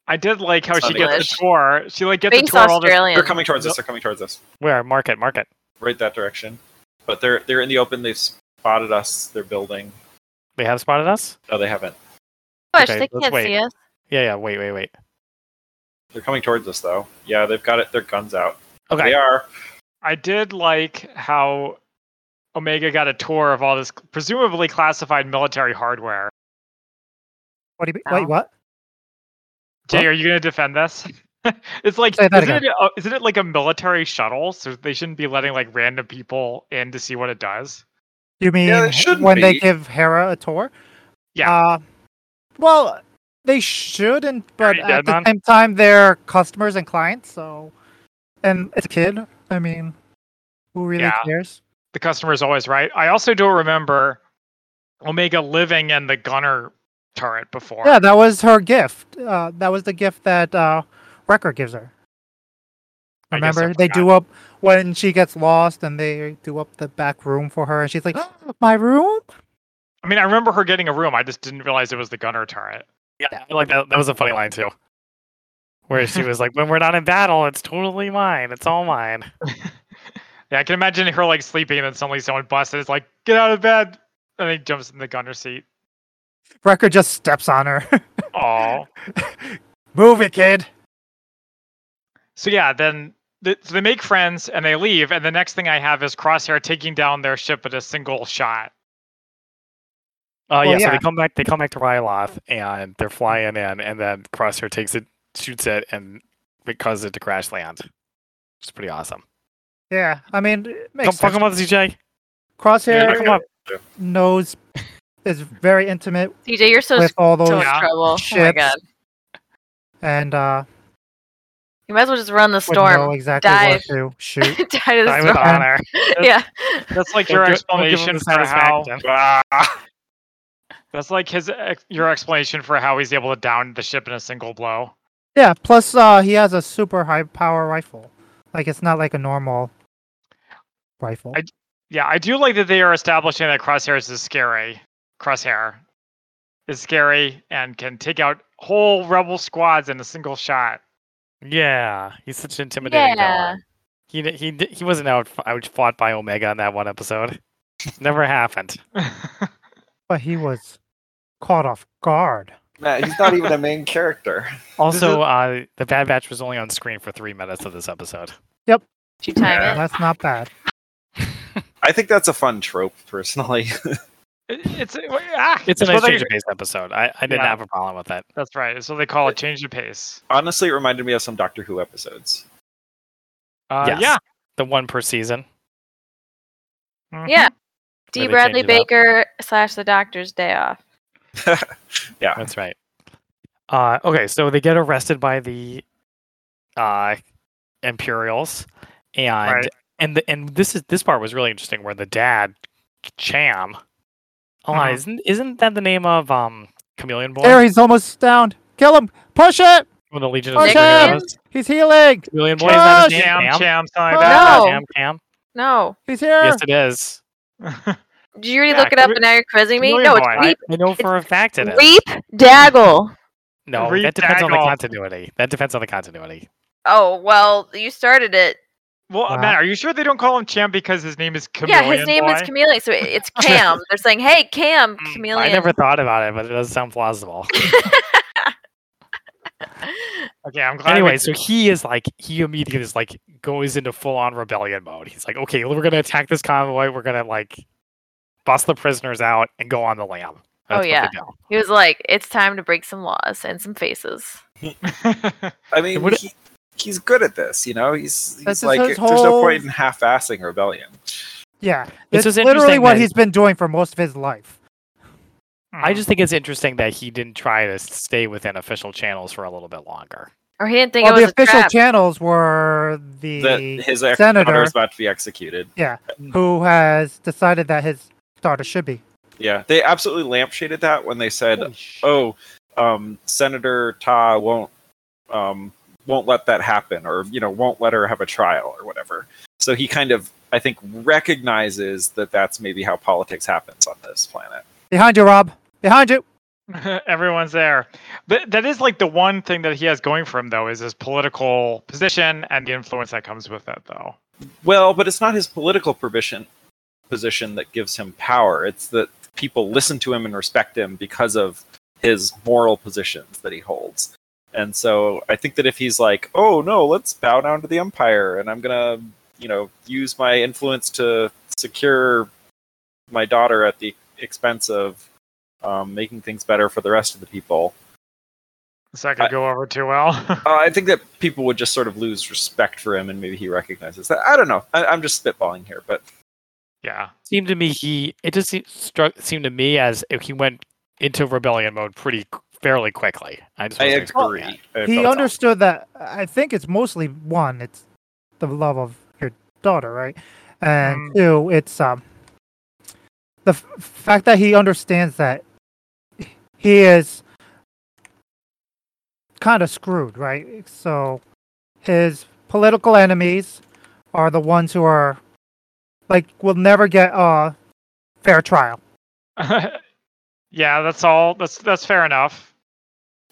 Speaker 1: I did like how
Speaker 5: It's
Speaker 1: she
Speaker 5: not
Speaker 1: gets
Speaker 2: English.
Speaker 1: the tour. She like gets the
Speaker 2: Face
Speaker 1: tour all the
Speaker 2: Australian.
Speaker 5: They're coming towards us. They're coming towards us.
Speaker 4: Where market market?
Speaker 5: Right that direction. But they're they're in the open. They've spotted us. They're building.
Speaker 4: They have spotted us.
Speaker 5: No, they haven't.
Speaker 2: Push,
Speaker 4: Okay,
Speaker 2: they
Speaker 4: let's
Speaker 2: can't
Speaker 4: wait.
Speaker 2: see us.
Speaker 4: Yeah, yeah. Wait, wait, wait.
Speaker 5: They're coming towards us though. Yeah, they've got it. Their guns out.
Speaker 4: Okay.
Speaker 5: They are.
Speaker 1: I did like how Omega got a tour of all this presumably classified military hardware.
Speaker 3: What do you? be-
Speaker 2: Ow.
Speaker 3: Wait, what?
Speaker 1: Jay,
Speaker 4: Huh?
Speaker 1: are you going to defend this? it's like
Speaker 3: Say that
Speaker 1: isn't it, uh, isn't it like a military shuttle? So they shouldn't be letting like random people in to see what it does.
Speaker 3: You mean
Speaker 5: it shouldn't
Speaker 3: when they
Speaker 5: be.
Speaker 3: give Hera a tour?
Speaker 1: Yeah.
Speaker 3: Uh, well, they shouldn't, but
Speaker 4: you
Speaker 3: at
Speaker 4: dead,
Speaker 3: the
Speaker 4: man?
Speaker 3: same time, they're customers and clients. So, and it's a kid. I mean, who really
Speaker 1: Yeah.
Speaker 3: cares?
Speaker 1: The customer is always right. I also don't remember Omega living in the gunner turret before.
Speaker 3: Yeah, that was her gift. Uh, that was the gift that uh, Wrecker gives her.
Speaker 1: I guess I
Speaker 3: Remember, they
Speaker 1: forgot.
Speaker 3: do up when she gets lost, and they do up the back room for her, and she's like, "My room."
Speaker 1: I mean, I remember her getting a room. I just didn't realize it was the gunner turret.
Speaker 4: Yeah, I like that. That was a funny line too. Where she was like, "When we're not in battle, it's totally mine. It's all mine."
Speaker 1: Yeah, I can imagine her like sleeping and then suddenly someone busts and it's like, get out of bed. And he jumps in the gunner seat.
Speaker 3: Wrecker just steps on her.
Speaker 1: Oh.
Speaker 3: Move it, kid.
Speaker 1: So yeah, then th- so they make friends and they leave, and the next thing I have is Crosshair taking down their ship at a single shot.
Speaker 4: Uh,
Speaker 3: Well,
Speaker 4: yeah, So
Speaker 3: yeah.
Speaker 4: they come back. They come back to Ryloth, and they're flying in, and then Crosshair takes it, shoots it, and it causes it to crash land. It's pretty awesome.
Speaker 3: Yeah, I mean, it
Speaker 4: Come
Speaker 3: makes
Speaker 4: fuck
Speaker 3: sense.
Speaker 4: him up, CJ.
Speaker 3: Crosshair
Speaker 4: come up.
Speaker 3: knows is very intimate
Speaker 2: TJ, you're so,
Speaker 3: with all those
Speaker 2: so much
Speaker 1: yeah.
Speaker 2: trouble. Oh my
Speaker 3: ships
Speaker 2: god.
Speaker 3: and uh
Speaker 2: You might as well just run the
Speaker 3: would know
Speaker 2: storm.
Speaker 3: exactly
Speaker 2: dive.
Speaker 3: where to shoot.
Speaker 2: Die to the
Speaker 4: Die with
Speaker 2: storm.
Speaker 4: honor.
Speaker 2: Yeah.
Speaker 1: That's like
Speaker 4: Don't
Speaker 1: your
Speaker 4: give- don't give him
Speaker 1: explanation
Speaker 4: the
Speaker 1: for how.
Speaker 4: satisfaction.
Speaker 1: That's like his ex- your explanation for how he's able to down the ship in a single blow.
Speaker 3: yeah, plus uh he has a super high power rifle. Like it's not like a normal rifle.
Speaker 1: I- Yeah, I do like that they are establishing that Crosshairs is scary. Crosshair is scary and can take out whole rebel squads in a single shot.
Speaker 4: Yeah, he's such an intimidating
Speaker 2: Yeah.
Speaker 4: guy. He d- he d- he wasn't out out fought by Omega in that one episode. Never happened.
Speaker 3: but he was caught off guard.
Speaker 5: Matt, he's not even a main character.
Speaker 4: Also, uh, the Bad Batch was only on screen for three minutes of this episode.
Speaker 2: Did you time
Speaker 5: Yeah.
Speaker 2: it?
Speaker 3: That's not bad.
Speaker 5: I think that's a fun trope, personally.
Speaker 1: It- it's ah,
Speaker 4: It's a
Speaker 1: so
Speaker 4: nice
Speaker 1: they-
Speaker 4: change of pace episode. I, I didn't
Speaker 1: Yeah.
Speaker 4: have a problem with that.
Speaker 1: That's right. So they call it change of pace.
Speaker 5: Honestly, it reminded me of some Doctor Who episodes.
Speaker 1: Uh,
Speaker 4: Yes.
Speaker 1: Yeah.
Speaker 4: The one per season.
Speaker 1: Mhm.
Speaker 2: Yeah. D.
Speaker 4: Really
Speaker 2: Bradley
Speaker 4: change it up.
Speaker 2: Baker slash the doctor's day off.
Speaker 4: That's right. Uh, okay, so they get arrested by the uh, Imperials, and
Speaker 1: Right.
Speaker 4: and the, and this is this part was really interesting where the dad Cham. Hold on,
Speaker 1: Mhm.
Speaker 4: isn't isn't that the name of um Chameleon Boy?
Speaker 3: There he's almost down. Kill him. Push it.
Speaker 4: From the Legion of
Speaker 3: Push
Speaker 4: Superheroes.
Speaker 3: him. He's healing.
Speaker 4: Chameleon Boy is that his
Speaker 3: Push!
Speaker 4: name?
Speaker 1: Jam,
Speaker 4: Cham?
Speaker 1: jam, something like
Speaker 3: Push!
Speaker 1: that.
Speaker 2: No.
Speaker 4: Cham, Cham?
Speaker 2: No.
Speaker 3: He's here.
Speaker 4: Yes, it is.
Speaker 2: Did you already
Speaker 1: Yeah,
Speaker 2: look it up
Speaker 1: Chame-
Speaker 2: and now you're quizzing me?
Speaker 1: Chameleon
Speaker 2: No,
Speaker 1: Boy.
Speaker 2: it's
Speaker 4: I,
Speaker 2: Reap,
Speaker 4: I know for a fact it is.
Speaker 2: Reap Daggle.
Speaker 4: No,
Speaker 1: Reap
Speaker 4: that depends on the
Speaker 1: Daggle.
Speaker 4: continuity. That depends on the continuity.
Speaker 2: Oh, well, you started it.
Speaker 1: Well,
Speaker 3: Wow.
Speaker 1: Matt, are you sure they don't call him Champ because his name is Chameleon?
Speaker 2: yeah, his name is
Speaker 1: Boy?
Speaker 2: Chameleon, so it- it's Cam. They're saying, hey, Cam,
Speaker 1: Mm, I
Speaker 2: Chameleon.
Speaker 4: I never thought about it, but it does sound plausible.
Speaker 1: Okay, I'm glad. we-
Speaker 4: anyway, so he is like he immediately is like goes into full on rebellion mode. He's like, okay, we're gonna attack this convoy. We're gonna like bust the prisoners out and go on the lam.
Speaker 2: Oh,
Speaker 4: That's what they
Speaker 2: yeah.
Speaker 4: do.
Speaker 2: He was like, it's time to break some laws and some faces.
Speaker 1: Hmm.
Speaker 5: I mean,
Speaker 4: What-
Speaker 5: he, he's good at this. You know, he's
Speaker 3: This
Speaker 5: he's
Speaker 3: is
Speaker 5: like,
Speaker 3: his
Speaker 5: there's no
Speaker 3: whole-
Speaker 5: point in half-assing rebellion.
Speaker 3: Yeah.
Speaker 4: This
Speaker 3: It's
Speaker 4: is
Speaker 3: literally
Speaker 4: interesting
Speaker 3: what
Speaker 4: that-
Speaker 3: he's been doing for most of his life.
Speaker 4: I
Speaker 5: Mm-hmm.
Speaker 4: just think it's interesting that he didn't try to stay within official channels for a little bit longer.
Speaker 2: Or he didn't think
Speaker 3: Well,
Speaker 2: it
Speaker 3: the
Speaker 2: was a
Speaker 3: official
Speaker 2: trap.
Speaker 3: channels were the
Speaker 5: That his ex-
Speaker 3: senator-
Speaker 5: daughter is about to be executed.
Speaker 3: who has decided that his daughter should be.
Speaker 5: Yeah, they absolutely lampshaded that when they said, "Oh, um, Senator Ta won't um, won't let that happen, or you know, won't let her have a trial, or whatever." So he kind of, I think, recognizes that that's maybe how politics happens on this planet.
Speaker 3: Behind you, Rob. Behind you.
Speaker 1: Everyone's there. But that is like the one thing that he has going for him, though, is his political position and the influence that comes with it, though.
Speaker 5: Well, but it's not his political position position that gives him power. It's that people listen to him and respect him because of his moral positions that he holds. And so I think that if he's like, "Oh no, let's bow down to the empire and I'm going to, you know, use my influence to secure my daughter at the expense of um, making things better for the rest of the people."
Speaker 1: So
Speaker 4: Uh,
Speaker 1: that could
Speaker 5: I-
Speaker 1: go over too well.
Speaker 5: Uh, I think that people would just sort of lose respect for him, and maybe he recognizes that. I don't know. I, I'm just spitballing here, but
Speaker 1: yeah.
Speaker 4: Seemed to me he it just seemed, struck seemed to me as if he went into rebellion mode pretty c- fairly quickly. I just
Speaker 5: I
Speaker 4: wasn't expecting
Speaker 5: agree.
Speaker 4: that.
Speaker 5: I
Speaker 3: He
Speaker 5: felt that.
Speaker 3: understood that. I think it's mostly one, it's the love of your daughter, right? And
Speaker 1: Mm.
Speaker 3: two, it's um the f- fact that he understands that he is kind of screwed, right? So his political enemies are the ones who are like will never get a fair trial.
Speaker 1: yeah, that's all. That's that's fair enough.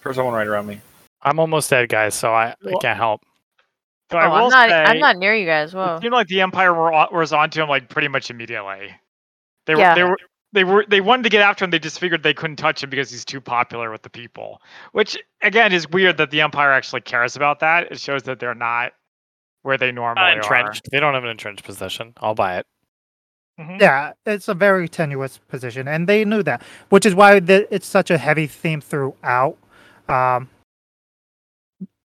Speaker 5: There's someone right around me.
Speaker 4: I'm almost dead, guys, so I, I
Speaker 1: Well,
Speaker 4: can't help.
Speaker 1: But
Speaker 2: Oh,
Speaker 1: I will
Speaker 2: I'm not.
Speaker 1: say,
Speaker 2: I'm not near you guys. Whoa.
Speaker 1: it seemed like the Empire were on, was onto him like pretty much immediately. They were,
Speaker 2: Yeah.
Speaker 1: they were they were they wanted to get after him. They just figured they couldn't touch him because he's too popular with the people. Which again is weird that the Empire actually cares about that. It shows that they're not where they normally
Speaker 4: Not
Speaker 1: are.
Speaker 4: entrenched. They don't have an entrenched position. I'll buy it.
Speaker 1: Mm-hmm.
Speaker 2: Mm-hmm.
Speaker 3: Yeah, it's a very tenuous position, and they knew that, which is why the, it's such a heavy theme throughout um,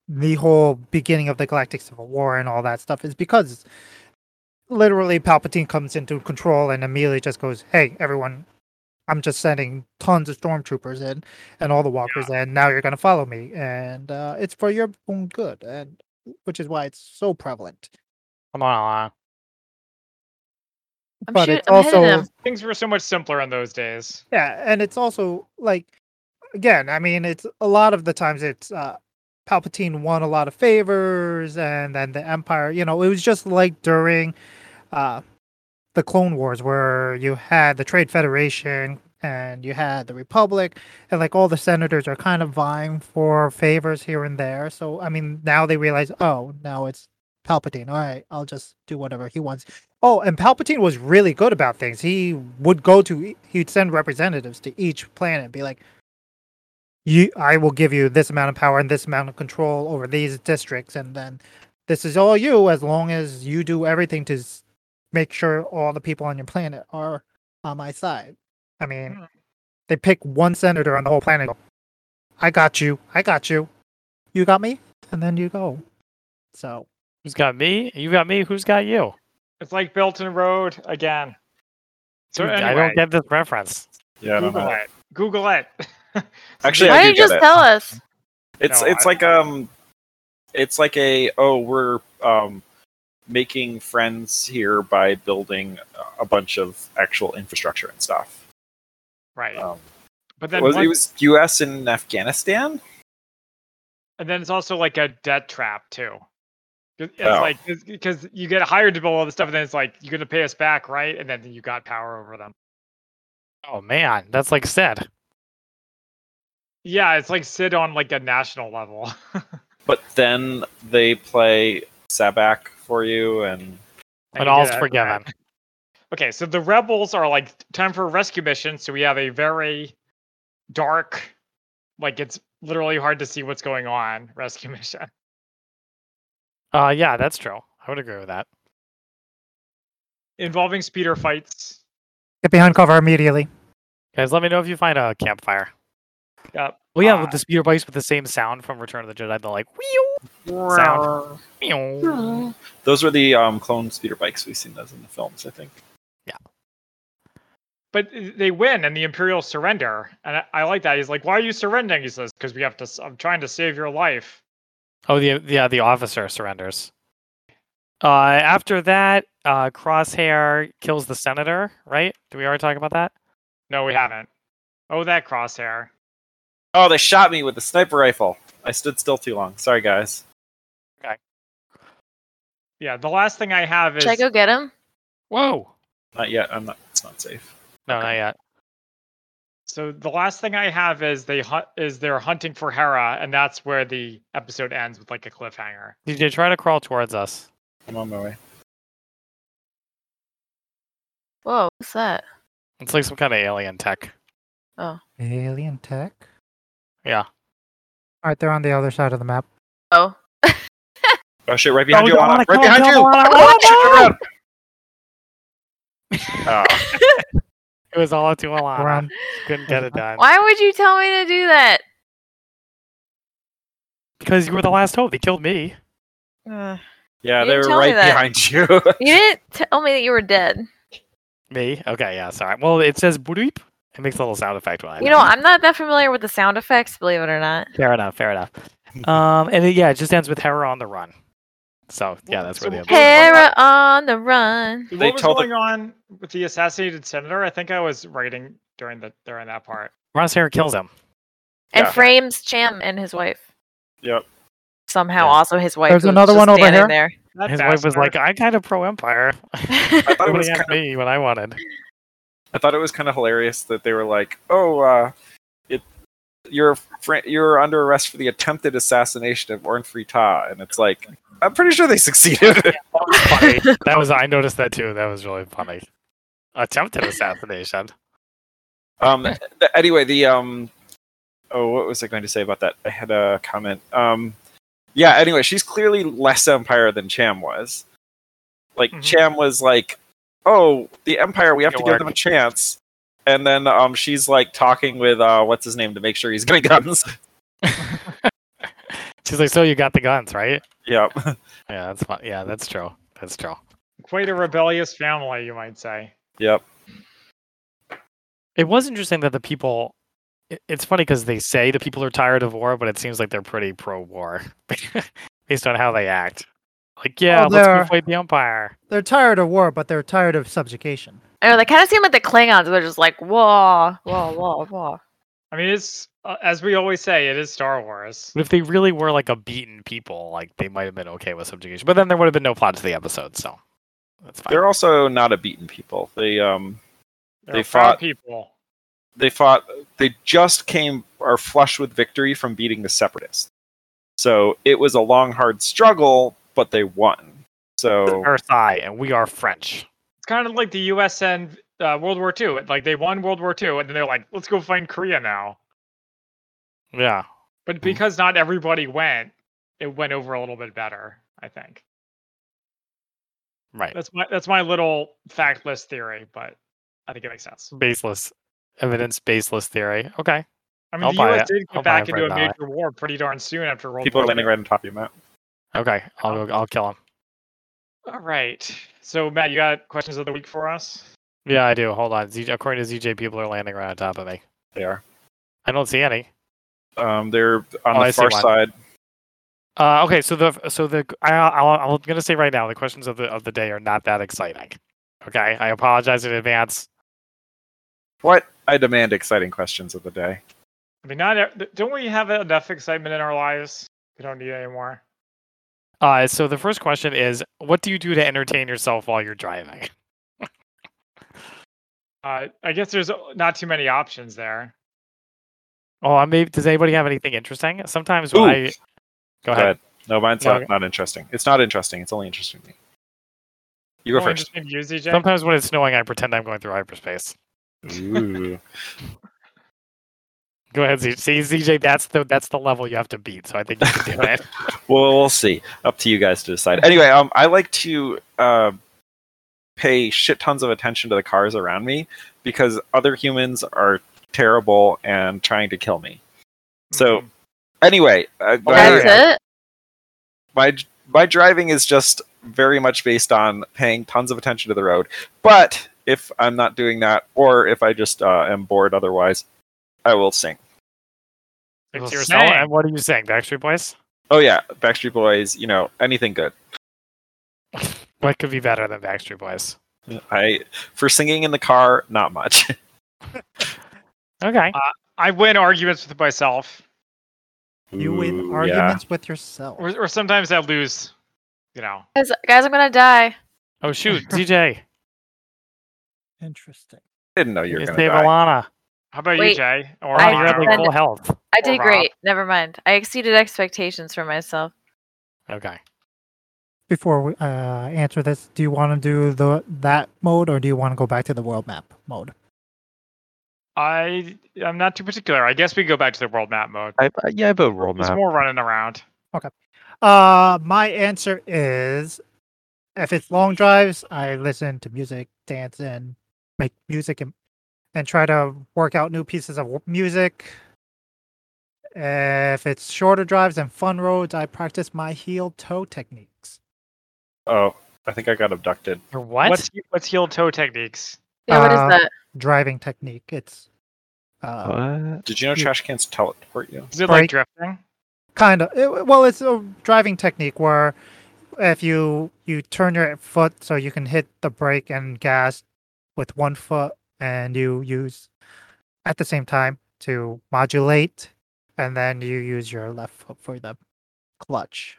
Speaker 3: the whole beginning of the Galactic Civil War and all that stuff. Is because, literally Palpatine comes into control and immediately just goes, "Hey, everyone, I'm just sending tons of stormtroopers in and all the walkers in. Now you're gonna follow me, and uh, it's for your own good." And which is why it's so prevalent.
Speaker 4: Come on, along.
Speaker 2: I'm
Speaker 3: but
Speaker 2: shoot-
Speaker 3: it's
Speaker 2: I'm hitting
Speaker 3: also
Speaker 2: him.
Speaker 1: Things were so much simpler in those days.
Speaker 3: Yeah, and it's also like again, I mean, it's a lot of the times it's uh Palpatine won a lot of favors and then the Empire, you know, it was just like during uh the Clone Wars where you had the Trade Federation and you had the Republic and like all the senators are kind of vying for favors here and there. So I mean, now they realize, oh, now it's Palpatine. All right, I'll just do whatever he wants. Oh, and Palpatine was really good about things. He would go to e- he'd send representatives to each planet and be like, "You, I will give you this amount of power and this amount of control over these districts, and then this is all you as long as you do everything to s- make sure all the people on your planet are on my side." I mean,
Speaker 1: Mm.
Speaker 3: they pick one senator on the whole planet. go, I got you. I got you. You got me, and then you go. So
Speaker 4: Who's got me? You got me. Who's got you?
Speaker 1: It's like Belton Road again. So
Speaker 4: Dude,
Speaker 1: anyway,
Speaker 4: I don't get this reference.
Speaker 5: Yeah, I don't
Speaker 1: Google
Speaker 5: know.
Speaker 1: it. Google it.
Speaker 5: Actually,
Speaker 2: Why
Speaker 5: I do
Speaker 2: didn't you
Speaker 5: get
Speaker 2: just
Speaker 5: it.
Speaker 2: tell us?
Speaker 5: It's
Speaker 1: No,
Speaker 5: it's
Speaker 1: I-
Speaker 5: like um, it's like a oh we're um making friends here by building a bunch of actual infrastructure and stuff.
Speaker 1: right.
Speaker 5: Um,
Speaker 1: But then
Speaker 5: was,
Speaker 1: once-
Speaker 5: it was U.S. and Afghanistan.
Speaker 1: and then it's also like a debt trap too. 'Cause It's
Speaker 5: Oh.
Speaker 1: like because you get hired to build all this stuff, and then it's like you're gonna pay us back, right? And then you got power over them.
Speaker 4: Oh man, that's like said.
Speaker 1: Yeah, it's like Sid on like a national level.
Speaker 5: But then they play Sabak for you, and
Speaker 1: can
Speaker 4: And
Speaker 1: do
Speaker 4: all's
Speaker 1: that.
Speaker 4: forgiven.
Speaker 1: Okay, so the rebels are like time for a rescue mission. So we have a very dark, like it's literally hard to see what's going on rescue mission.
Speaker 4: Uh, yeah, that's true. I would agree with that.
Speaker 1: involving speeder fights.
Speaker 3: get behind cover immediately.
Speaker 4: Guys, let me know if you find a campfire.
Speaker 1: Yep.
Speaker 4: Well, yeah, with
Speaker 1: Uh,
Speaker 4: the speeder bikes with the same sound from Return of the Jedi, the like Sound. meow.
Speaker 5: those were the um, clone speeder bikes. We've seen those in the films, I think.
Speaker 1: But i- they win and the Imperial surrender. And I, I like that. He's like, why are you surrendering? He says, because we have to, s- I'm trying to save your life.
Speaker 4: Oh, the yeah, the officer surrenders. Uh, after that, uh, Crosshair kills the senator. Right? Did we already talk about that?
Speaker 1: No, we haven't. Oh, that crosshair.
Speaker 5: Oh, they shot me with a sniper rifle. I stood still too long. Sorry, guys.
Speaker 1: Yeah, the last thing I have is
Speaker 2: Should I go get him?
Speaker 4: Whoa!
Speaker 5: Not yet. I'm not. It's not safe.
Speaker 4: No, not yet.
Speaker 1: so the last thing I have is they hunt is they're hunting for Hera, and that's where the episode ends with like a cliffhanger.
Speaker 4: DJ, try to crawl towards us.
Speaker 5: I'm on my way.
Speaker 2: Whoa, what's that?
Speaker 4: It's like some kind of alien tech.
Speaker 3: Alien tech.
Speaker 4: Yeah.
Speaker 3: All right, they're on the other side of the map.
Speaker 2: Oh,
Speaker 5: Oh shit! Right behind
Speaker 4: Oh,
Speaker 5: you,
Speaker 4: don't
Speaker 5: Alana.
Speaker 4: wanna
Speaker 5: Right
Speaker 4: come,
Speaker 5: behind
Speaker 4: don't
Speaker 5: you.
Speaker 4: wanna-
Speaker 5: Oh,
Speaker 4: oh,
Speaker 5: shit,
Speaker 4: no!
Speaker 5: you're out. Ah,
Speaker 4: It was all too
Speaker 3: We're
Speaker 4: Alana.
Speaker 3: on.
Speaker 4: Couldn't get it done
Speaker 2: why would you tell me to do that?
Speaker 4: because you were the last hope. They killed me.
Speaker 2: Ugh.
Speaker 5: yeah,
Speaker 2: You
Speaker 5: they
Speaker 2: didn't
Speaker 5: were
Speaker 2: tell me
Speaker 5: right
Speaker 2: that.
Speaker 5: behind you.
Speaker 2: You didn't tell me that you were dead.
Speaker 4: Me? Okay, yeah, sorry. Well, it says boop. It makes a little sound effect when I
Speaker 2: You know, I'm not that familiar with the sound effects, believe it or not.
Speaker 4: Fair enough. Fair enough. Um, and it, yeah, it just ends with Hera on the run. So yeah,
Speaker 1: Well,
Speaker 4: that's
Speaker 1: so
Speaker 4: where the
Speaker 1: what-
Speaker 4: episode-
Speaker 2: Hera on the run.
Speaker 1: What
Speaker 5: They
Speaker 1: was
Speaker 5: told the-
Speaker 1: going on with the assassinated senator? I think I was writing during the during that part.
Speaker 4: Ross Hera kills him.
Speaker 2: And
Speaker 5: Yeah.
Speaker 2: frames Cham and his wife.
Speaker 5: Yep.
Speaker 2: Somehow,
Speaker 4: Yeah.
Speaker 2: also his wife.
Speaker 3: There's
Speaker 2: who was
Speaker 3: another
Speaker 2: just
Speaker 3: one over
Speaker 2: standing there.
Speaker 1: That
Speaker 4: His wife was
Speaker 1: bastard.
Speaker 4: like, uh, "I'm kind of pro Empire.
Speaker 5: I thought it was
Speaker 4: Nobody
Speaker 5: kind
Speaker 4: asked me what I wanted."
Speaker 5: I thought it was kind of hilarious that they were like, "Oh, uh, it, you're fr- you're under arrest for the attempted assassination of Orn Frita," and it's like, I'm pretty sure they succeeded.
Speaker 4: That was funny. that was I noticed that too. That was really funny. Attempted assassination.
Speaker 5: um, th- anyway, the um, oh, what was I going to say about that? I had a comment. Um, yeah. Anyway, she's clearly less empire than Cham was. Like
Speaker 1: Mhm.
Speaker 5: Cham was like, "Oh, the empire, we have to
Speaker 4: York.
Speaker 5: give them a chance." And then um, she's like talking with uh, what's his name to make sure he's getting guns.
Speaker 4: She's like, "So you got the guns, right?"
Speaker 5: yep.
Speaker 4: Yeah, that's fun. Yeah, that's true. That's true.
Speaker 1: Quite a rebellious family, you might say.
Speaker 5: Yep.
Speaker 4: It was interesting that the people. it- It's funny because they say the people are tired of war, but it seems like they're pretty pro-war based on how they act. Like, yeah, let's go
Speaker 3: they're-
Speaker 4: fight the empire.
Speaker 3: They're tired of war, but they're tired of subjugation.
Speaker 2: I know they kind of seem like the Klingons were just like whoa, whoa, whoa, whoa.
Speaker 1: I mean, it's uh, as we always say, it is Star Wars.
Speaker 4: But if they really were like a beaten people, like they might have been okay with subjugation. But then there would have been no plot to the episode, so that's fine.
Speaker 5: They're also not a beaten people. They um
Speaker 1: They're
Speaker 5: They
Speaker 1: proud
Speaker 5: fought-
Speaker 1: people.
Speaker 5: they fought they just came are flush with victory from beating the separatists. So it was a long hard struggle, but they won. So
Speaker 4: Versailles, and we are French.
Speaker 1: It's kind of like the U.S. and uh, World War II. Like they won World War II, and then they're like, "Let's go find Korea now."
Speaker 4: Yeah.
Speaker 1: But
Speaker 4: Mm-hmm.
Speaker 1: because not everybody went, it went over a little bit better. I think
Speaker 4: Right.
Speaker 1: that's my that's my little factless theory, but I think it makes sense.
Speaker 4: Baseless evidence baseless theory. Okay.
Speaker 1: I mean,
Speaker 4: I'll
Speaker 1: the
Speaker 4: buy
Speaker 1: U.S.
Speaker 4: it.
Speaker 1: did get
Speaker 4: I'll buy
Speaker 1: back
Speaker 4: it
Speaker 1: into a
Speaker 4: right now.
Speaker 1: major war pretty darn soon after World
Speaker 5: people are
Speaker 1: War
Speaker 5: landing right on top of you, Matt.
Speaker 4: Okay. I'll go I'll kill him.
Speaker 1: All right. So Matt, you got questions of the week for us?
Speaker 4: Yeah, I do. Hold on. Z- according to ZJ, people are landing right on top of me.
Speaker 5: They are.
Speaker 4: I don't see any.
Speaker 5: Um, they're on
Speaker 4: Oh,
Speaker 5: the
Speaker 4: I see
Speaker 5: far
Speaker 4: one.
Speaker 5: side.
Speaker 4: Uh, okay, so the so the I, I'll, I'm gonna say right now the questions of the of the day are not that exciting. Okay, I apologize in advance.
Speaker 5: What? I demand exciting questions of the day.
Speaker 1: I mean, not e- don't we have enough excitement in our lives? We don't need any more.
Speaker 4: Uh, so the first question is, what do you do to entertain yourself while you're driving?
Speaker 1: Uh, I guess there's not too many options there.
Speaker 4: Oh, I may does anybody have anything interesting? Sometimes when
Speaker 5: Ooh.
Speaker 4: I go
Speaker 5: Go
Speaker 4: ahead.
Speaker 5: ahead. No, mine's
Speaker 4: No,
Speaker 5: not, not interesting. It's not interesting. It's only interesting to me. You go
Speaker 1: Someone
Speaker 5: first.
Speaker 1: just named you, ZJ?
Speaker 4: Sometimes when it's snowing, I pretend I'm going through hyperspace.
Speaker 5: Ooh.
Speaker 4: Go ahead, Z- see ZJ. That's the that's the level you have to beat. So I think you can do it.
Speaker 5: well, we'll see. Up to you guys to decide. Anyway, um, I like to uh, pay shit tons of attention to the cars around me because other humans are terrible and trying to kill me. So
Speaker 1: Mhm.
Speaker 5: anyway, uh,
Speaker 2: That's
Speaker 5: my,
Speaker 2: it.
Speaker 5: my my driving is just very much based on paying tons of attention to the road. But if I'm not doing that, or if I just uh, am bored otherwise, I will sing.
Speaker 1: Stick
Speaker 4: Well,
Speaker 1: to your
Speaker 4: so-
Speaker 1: saying.
Speaker 4: and what are you saying, Backstreet Boys?
Speaker 5: Oh yeah, Backstreet Boys. You know anything good?
Speaker 4: What could be better than Backstreet Boys?
Speaker 5: I for singing in the car, not much.
Speaker 4: Okay.
Speaker 5: Uh,
Speaker 1: I win arguments with myself,
Speaker 3: You win
Speaker 5: Ooh,
Speaker 3: arguments with yourself.
Speaker 1: or, or sometimes I lose. You know,
Speaker 2: Guys, guys, I'm gonna die.
Speaker 4: Oh shoot, ZJ.
Speaker 3: Interesting.
Speaker 5: Yeah. Didn't know you were
Speaker 4: It's
Speaker 5: gonna
Speaker 4: Dave
Speaker 5: die.
Speaker 4: Alana.
Speaker 1: how about you,
Speaker 2: Wait,
Speaker 1: Jay? Or
Speaker 4: Alana,
Speaker 2: I
Speaker 4: you're at like
Speaker 2: spent-
Speaker 4: full health.
Speaker 2: I did
Speaker 1: Rob.
Speaker 2: great. Never mind. I exceeded expectations for myself.
Speaker 4: Okay.
Speaker 3: Before we uh, answer this, do you want to do the that mode or do you want to go back to the world map mode?
Speaker 1: I I'm not too particular. I guess we go back to the world map mode.
Speaker 6: I, I- yeah, I vote roll
Speaker 1: There's
Speaker 6: map.
Speaker 1: more running around.
Speaker 3: Uh, my answer is if it's long drives, I listen to music, dance, and make music and, and try to work out new pieces of w- music. If it's shorter drives and fun roads, I practice my heel toe techniques.
Speaker 5: Oh, I think I got abducted.
Speaker 4: You're what?
Speaker 1: What's what's heel toe techniques?
Speaker 2: Yeah, what is
Speaker 3: Uh,
Speaker 2: that?
Speaker 3: Driving technique. It's uh,
Speaker 6: What?
Speaker 5: Did you know
Speaker 3: Yeah.
Speaker 5: trash cans teleport you?
Speaker 1: Is it like
Speaker 3: Brake.
Speaker 1: drifting?
Speaker 3: kind of it, well it's a driving technique where if you you turn your foot so you can hit the brake and gas with one foot and you use at the same time to modulate and then you use your left foot for the clutch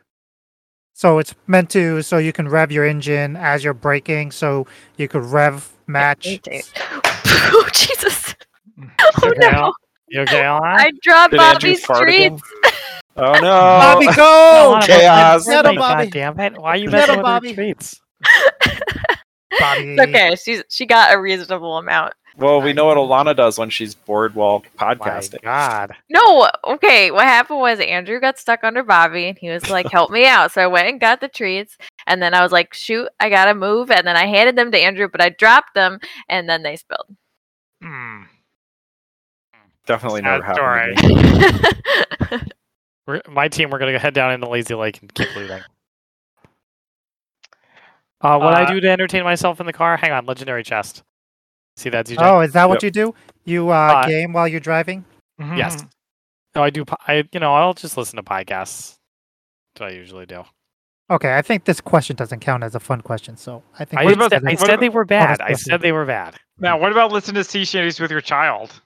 Speaker 3: so it's meant to so you can rev your engine as you're braking so you could rev match
Speaker 2: oh Jesus!
Speaker 4: You
Speaker 2: Oh
Speaker 4: okay,
Speaker 2: no!
Speaker 4: Al- you okay, Alana?
Speaker 2: I dropped
Speaker 5: Did
Speaker 2: Bobby
Speaker 5: Andrew fart
Speaker 2: Street.
Speaker 5: again? Oh
Speaker 3: bobby
Speaker 5: no!
Speaker 3: go
Speaker 4: Alana, Bobby,
Speaker 5: chaos.
Speaker 3: Get him,
Speaker 4: God
Speaker 3: Oh, Bobby.
Speaker 4: damn it. Why are you
Speaker 3: Get
Speaker 4: messing
Speaker 3: him,
Speaker 4: with
Speaker 3: Bobby.
Speaker 4: her treats?
Speaker 3: bobby
Speaker 2: It's okay, she's she got a reasonable amount.
Speaker 5: well, we know what Alana does when she's bored while podcasting.
Speaker 4: My God.
Speaker 2: No, okay. What happened was Andrew got stuck under Bobby, and he was like, "Help me out!" So I went and got the treats, and then I was like, "Shoot, I gotta move!" And then I handed them to Andrew, but I dropped them, and then they spilled.
Speaker 1: Hmm.
Speaker 5: Definitely
Speaker 1: Sad
Speaker 5: never happened. to me.
Speaker 4: We're, my team, we're going to head down into Lazy Lake and keep leaving. Uh, what I
Speaker 1: Uh,
Speaker 4: do to entertain myself in the car? Hang on, legendary chest. See that, ZJ?
Speaker 3: Oh, is that what you do? You uh,
Speaker 4: Uh,
Speaker 3: game while you're driving?
Speaker 1: Mm-hmm.
Speaker 4: Yes. No, Oh, I do. po- I you know I'll just listen to podcasts. That's what I usually do.
Speaker 3: Okay, I think this question doesn't count as a fun question, so I think
Speaker 4: I,
Speaker 3: we're
Speaker 1: about-
Speaker 4: said,
Speaker 3: gonna-
Speaker 4: I
Speaker 1: what
Speaker 4: said
Speaker 1: about-
Speaker 4: they were bad. I
Speaker 3: discussing
Speaker 4: said they were bad.
Speaker 1: Now, what about listen to sea shanties with your child?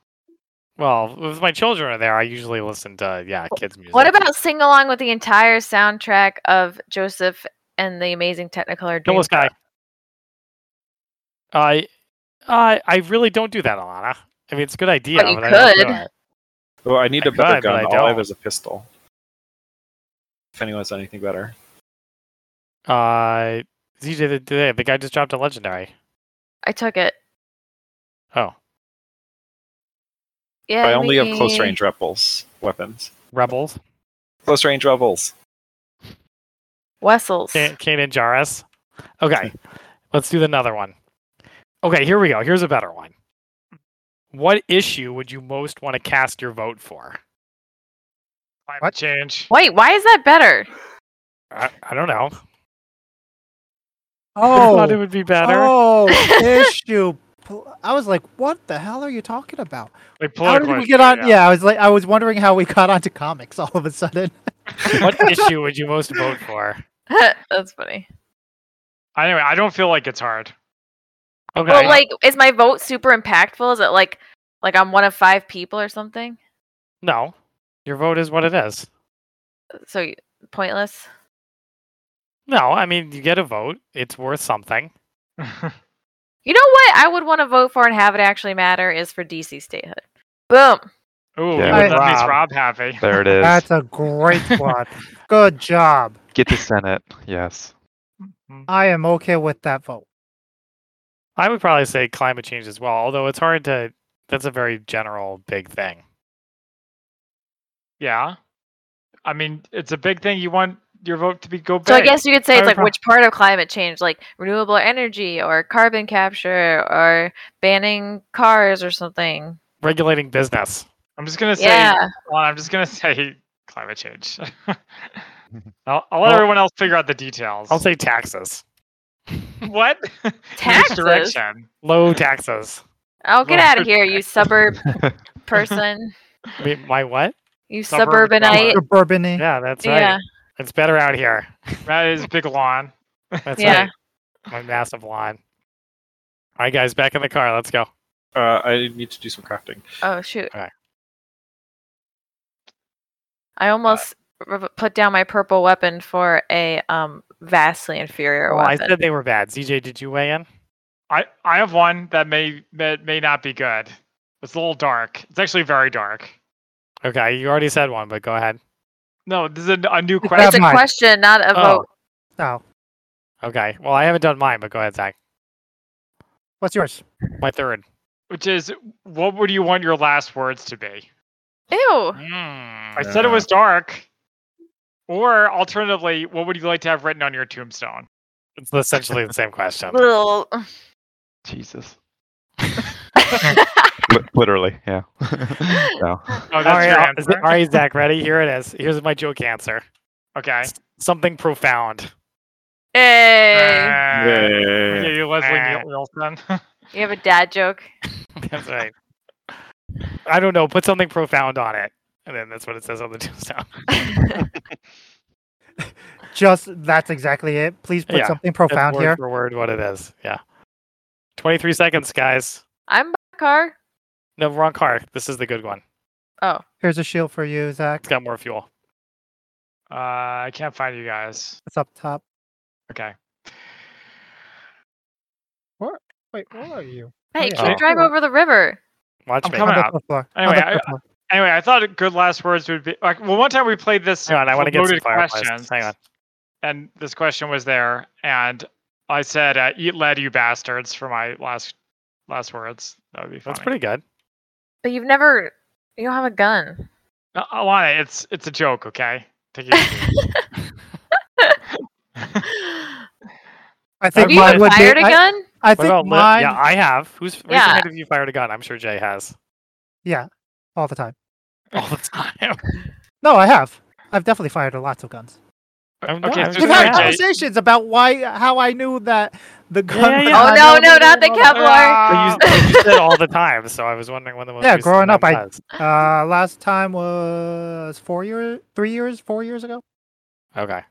Speaker 4: Well, if my children are there, I usually listen to yeah kids music.
Speaker 2: What about sing along with the entire soundtrack of Joseph and the Amazing Technicolor
Speaker 4: Kill
Speaker 2: Dreamcoat?
Speaker 4: Sky? I, I, I really don't do that, Alana. I mean, it's a good idea.
Speaker 2: you
Speaker 4: I don't do
Speaker 2: could.
Speaker 4: it.
Speaker 5: Well, I need
Speaker 4: I
Speaker 5: a better
Speaker 4: could, but I
Speaker 5: gun. All I
Speaker 4: don't.
Speaker 5: have is a pistol. If anyone has anything better,
Speaker 4: Uh, ZJ, the, the, the guy just dropped a legendary.
Speaker 2: I took it.
Speaker 4: Oh,
Speaker 2: Yeah.
Speaker 5: I only have close
Speaker 2: me-
Speaker 5: range rebels weapons.
Speaker 4: Rebels,
Speaker 5: Close range rebels.
Speaker 2: Wessels.
Speaker 4: Kane and Jarrus. Okay, let's do another one. Okay, here we go. Here's a better one. What issue would you most want to cast your vote for?
Speaker 1: Climate
Speaker 3: What?
Speaker 1: change.
Speaker 2: Wait, why is that better?
Speaker 4: I, I don't know. I thought it
Speaker 3: Oh,
Speaker 4: would be better.
Speaker 3: oh issue. Pl- I was like, what the hell are you talking about?
Speaker 1: Like
Speaker 3: How
Speaker 1: political.
Speaker 3: did we
Speaker 1: issue,
Speaker 3: get on? Yeah, I was like, I was wondering how we got onto comics all of a sudden.
Speaker 4: What issue would you most vote for?
Speaker 2: That's funny.
Speaker 1: Anyway, I don't feel like it's hard.
Speaker 4: Okay.
Speaker 2: Well, like, is my vote super impactful? Is it like, like I'm one of five people or something?
Speaker 4: no, your vote is what it is.
Speaker 2: So y- pointless.
Speaker 4: No, I mean you get a vote. It's worth something.
Speaker 2: You know what? I would want to vote for and have it actually matter is for DC statehood. Boom.
Speaker 1: Ooh,
Speaker 6: Yeah.
Speaker 1: that
Speaker 4: Alright.
Speaker 1: makes
Speaker 4: Rob.
Speaker 1: Rob happy.
Speaker 6: There it is.
Speaker 3: That's a great plot. Good job.
Speaker 6: Get the Senate. Yes.
Speaker 3: I am okay with that vote.
Speaker 4: I would probably say climate change as well, although it's hard to. That's a very general, big thing.
Speaker 1: Yeah. I mean, it's a big thing. You want your vote to be go big.
Speaker 2: So I guess you could say
Speaker 4: I
Speaker 2: it's
Speaker 4: would
Speaker 2: like
Speaker 4: prob-
Speaker 2: which part of climate change, like renewable energy or carbon capture or banning cars or something.
Speaker 4: Regulating business.
Speaker 1: I'm just gonna say.
Speaker 2: yeah.
Speaker 1: Well, I'm just gonna say climate change. I'll, I'll let
Speaker 4: Well-
Speaker 1: everyone else figure out the details.
Speaker 4: I'll say taxes.
Speaker 1: what? In which
Speaker 2: Taxes?
Speaker 1: direction?
Speaker 4: Low taxes.
Speaker 2: Oh, get
Speaker 1: Well,
Speaker 2: out of here, you suburb person.
Speaker 4: I mean, my what?
Speaker 2: You
Speaker 1: Suburb
Speaker 2: suburbanite.
Speaker 3: Suburban.
Speaker 4: Yeah, that's right.
Speaker 2: Yeah.
Speaker 4: It's better out here.
Speaker 1: That is big lawn.
Speaker 4: That's
Speaker 2: Yeah.
Speaker 4: right. My massive lawn. All right, guys, back in the car. Let's go.
Speaker 5: Uh, I need to do some crafting.
Speaker 2: Oh shoot.
Speaker 4: Alright.
Speaker 2: I almost rev- put down my purple weapon for a um vastly inferior
Speaker 4: Well, Oh, I
Speaker 2: weapon.
Speaker 4: said they were bad. ZJ, did you weigh in?
Speaker 1: I I have one that may that may not be good. It's a little dark. It's actually very dark.
Speaker 4: Okay, you already said one, but go ahead.
Speaker 1: No, this is a, a new
Speaker 3: It's
Speaker 1: question.
Speaker 2: it's a
Speaker 3: Mike.
Speaker 2: question, not a
Speaker 4: Oh,
Speaker 2: vote.
Speaker 3: Oh,
Speaker 4: Okay. Well, I haven't done mine, but go ahead, Zach.
Speaker 3: what's yours?
Speaker 4: My third.
Speaker 1: which is what would you want your last words to be?
Speaker 2: Ew.
Speaker 1: I said it
Speaker 5: Yeah.
Speaker 1: was dark. Or alternatively, what would you like to have written on your tombstone?
Speaker 4: It's essentially the same question.
Speaker 2: Little.
Speaker 6: Jesus. Li- Literally. Yeah. no.
Speaker 1: Oh, that's
Speaker 4: All right,
Speaker 1: your
Speaker 4: Al-
Speaker 1: answer.
Speaker 4: all right, Zach, ready? Here it is. Here's my joke answer.
Speaker 1: Okay.
Speaker 4: Something profound.
Speaker 2: Hey.
Speaker 1: Uh, yeah, you Leslie
Speaker 4: Uh.
Speaker 1: Niel- Nielsen.
Speaker 2: You have a dad joke.
Speaker 4: That's right. I don't know. Put something profound on it, and then that's what it says on the tombstone.
Speaker 3: Just that's exactly it. Please put
Speaker 4: Yeah,
Speaker 3: something
Speaker 4: That's
Speaker 3: profound
Speaker 4: word
Speaker 3: here.
Speaker 4: for word, what it is. Yeah. Twenty-three seconds, guys.
Speaker 2: I'm by a car.
Speaker 4: No, wrong car. This is the good one.
Speaker 3: Here's a shield for you, Zach.
Speaker 4: It's got more fuel.
Speaker 1: uh, I can't find you guys.
Speaker 3: It's up top.
Speaker 1: Okay.
Speaker 3: Wait, where are you?
Speaker 2: Hey,
Speaker 3: yeah.
Speaker 2: can you
Speaker 4: Oh.
Speaker 2: drive over the river?
Speaker 4: Watch
Speaker 1: I'm
Speaker 4: me.
Speaker 1: coming
Speaker 3: On the
Speaker 1: up.
Speaker 3: fourth floor. On
Speaker 1: Anyway,
Speaker 3: the
Speaker 1: I-
Speaker 3: fourth floor.
Speaker 1: Anyway, I thought a good last words would be like. Well, one time we played this.
Speaker 4: Hang on, I want to get some
Speaker 1: loaded
Speaker 4: fireplace.
Speaker 1: questions.
Speaker 4: Hang on.
Speaker 1: and this question was there, and I said, uh, "Eat lead, you bastards!" for my last last words. That would be funny.
Speaker 4: That's pretty good.
Speaker 2: But you've never. You don't have a gun.
Speaker 1: Uh, Alana, it's it's a joke, okay? Take it easy.
Speaker 3: I think
Speaker 2: Have you
Speaker 3: mine
Speaker 2: even
Speaker 3: would be.
Speaker 2: fired a
Speaker 3: I,
Speaker 2: gun?
Speaker 3: I
Speaker 4: What
Speaker 3: think
Speaker 4: about Liv?
Speaker 3: mine.
Speaker 4: Yeah, I have. Who's raise your
Speaker 2: Yeah.
Speaker 4: hand if you fired a gun? I'm sure Jay has
Speaker 3: all the time.
Speaker 4: all the time.
Speaker 3: No, I have. I've definitely fired lots of guns.
Speaker 4: I'm
Speaker 1: Okay,
Speaker 4: not-
Speaker 1: so
Speaker 3: We've
Speaker 1: sorry,
Speaker 3: had
Speaker 1: Jay.
Speaker 3: conversations about why how I knew that the gun.
Speaker 4: yeah,
Speaker 3: was
Speaker 4: yeah.
Speaker 2: Oh,
Speaker 3: on
Speaker 2: no, no,
Speaker 3: the-
Speaker 2: not the Kevlar.
Speaker 4: I use, I use it all the time, so I was wondering when the most
Speaker 3: Yeah,
Speaker 4: recent
Speaker 3: growing up,
Speaker 4: one
Speaker 3: I-
Speaker 4: was.
Speaker 3: Uh, last time was four years, three years, four years ago.
Speaker 4: okay.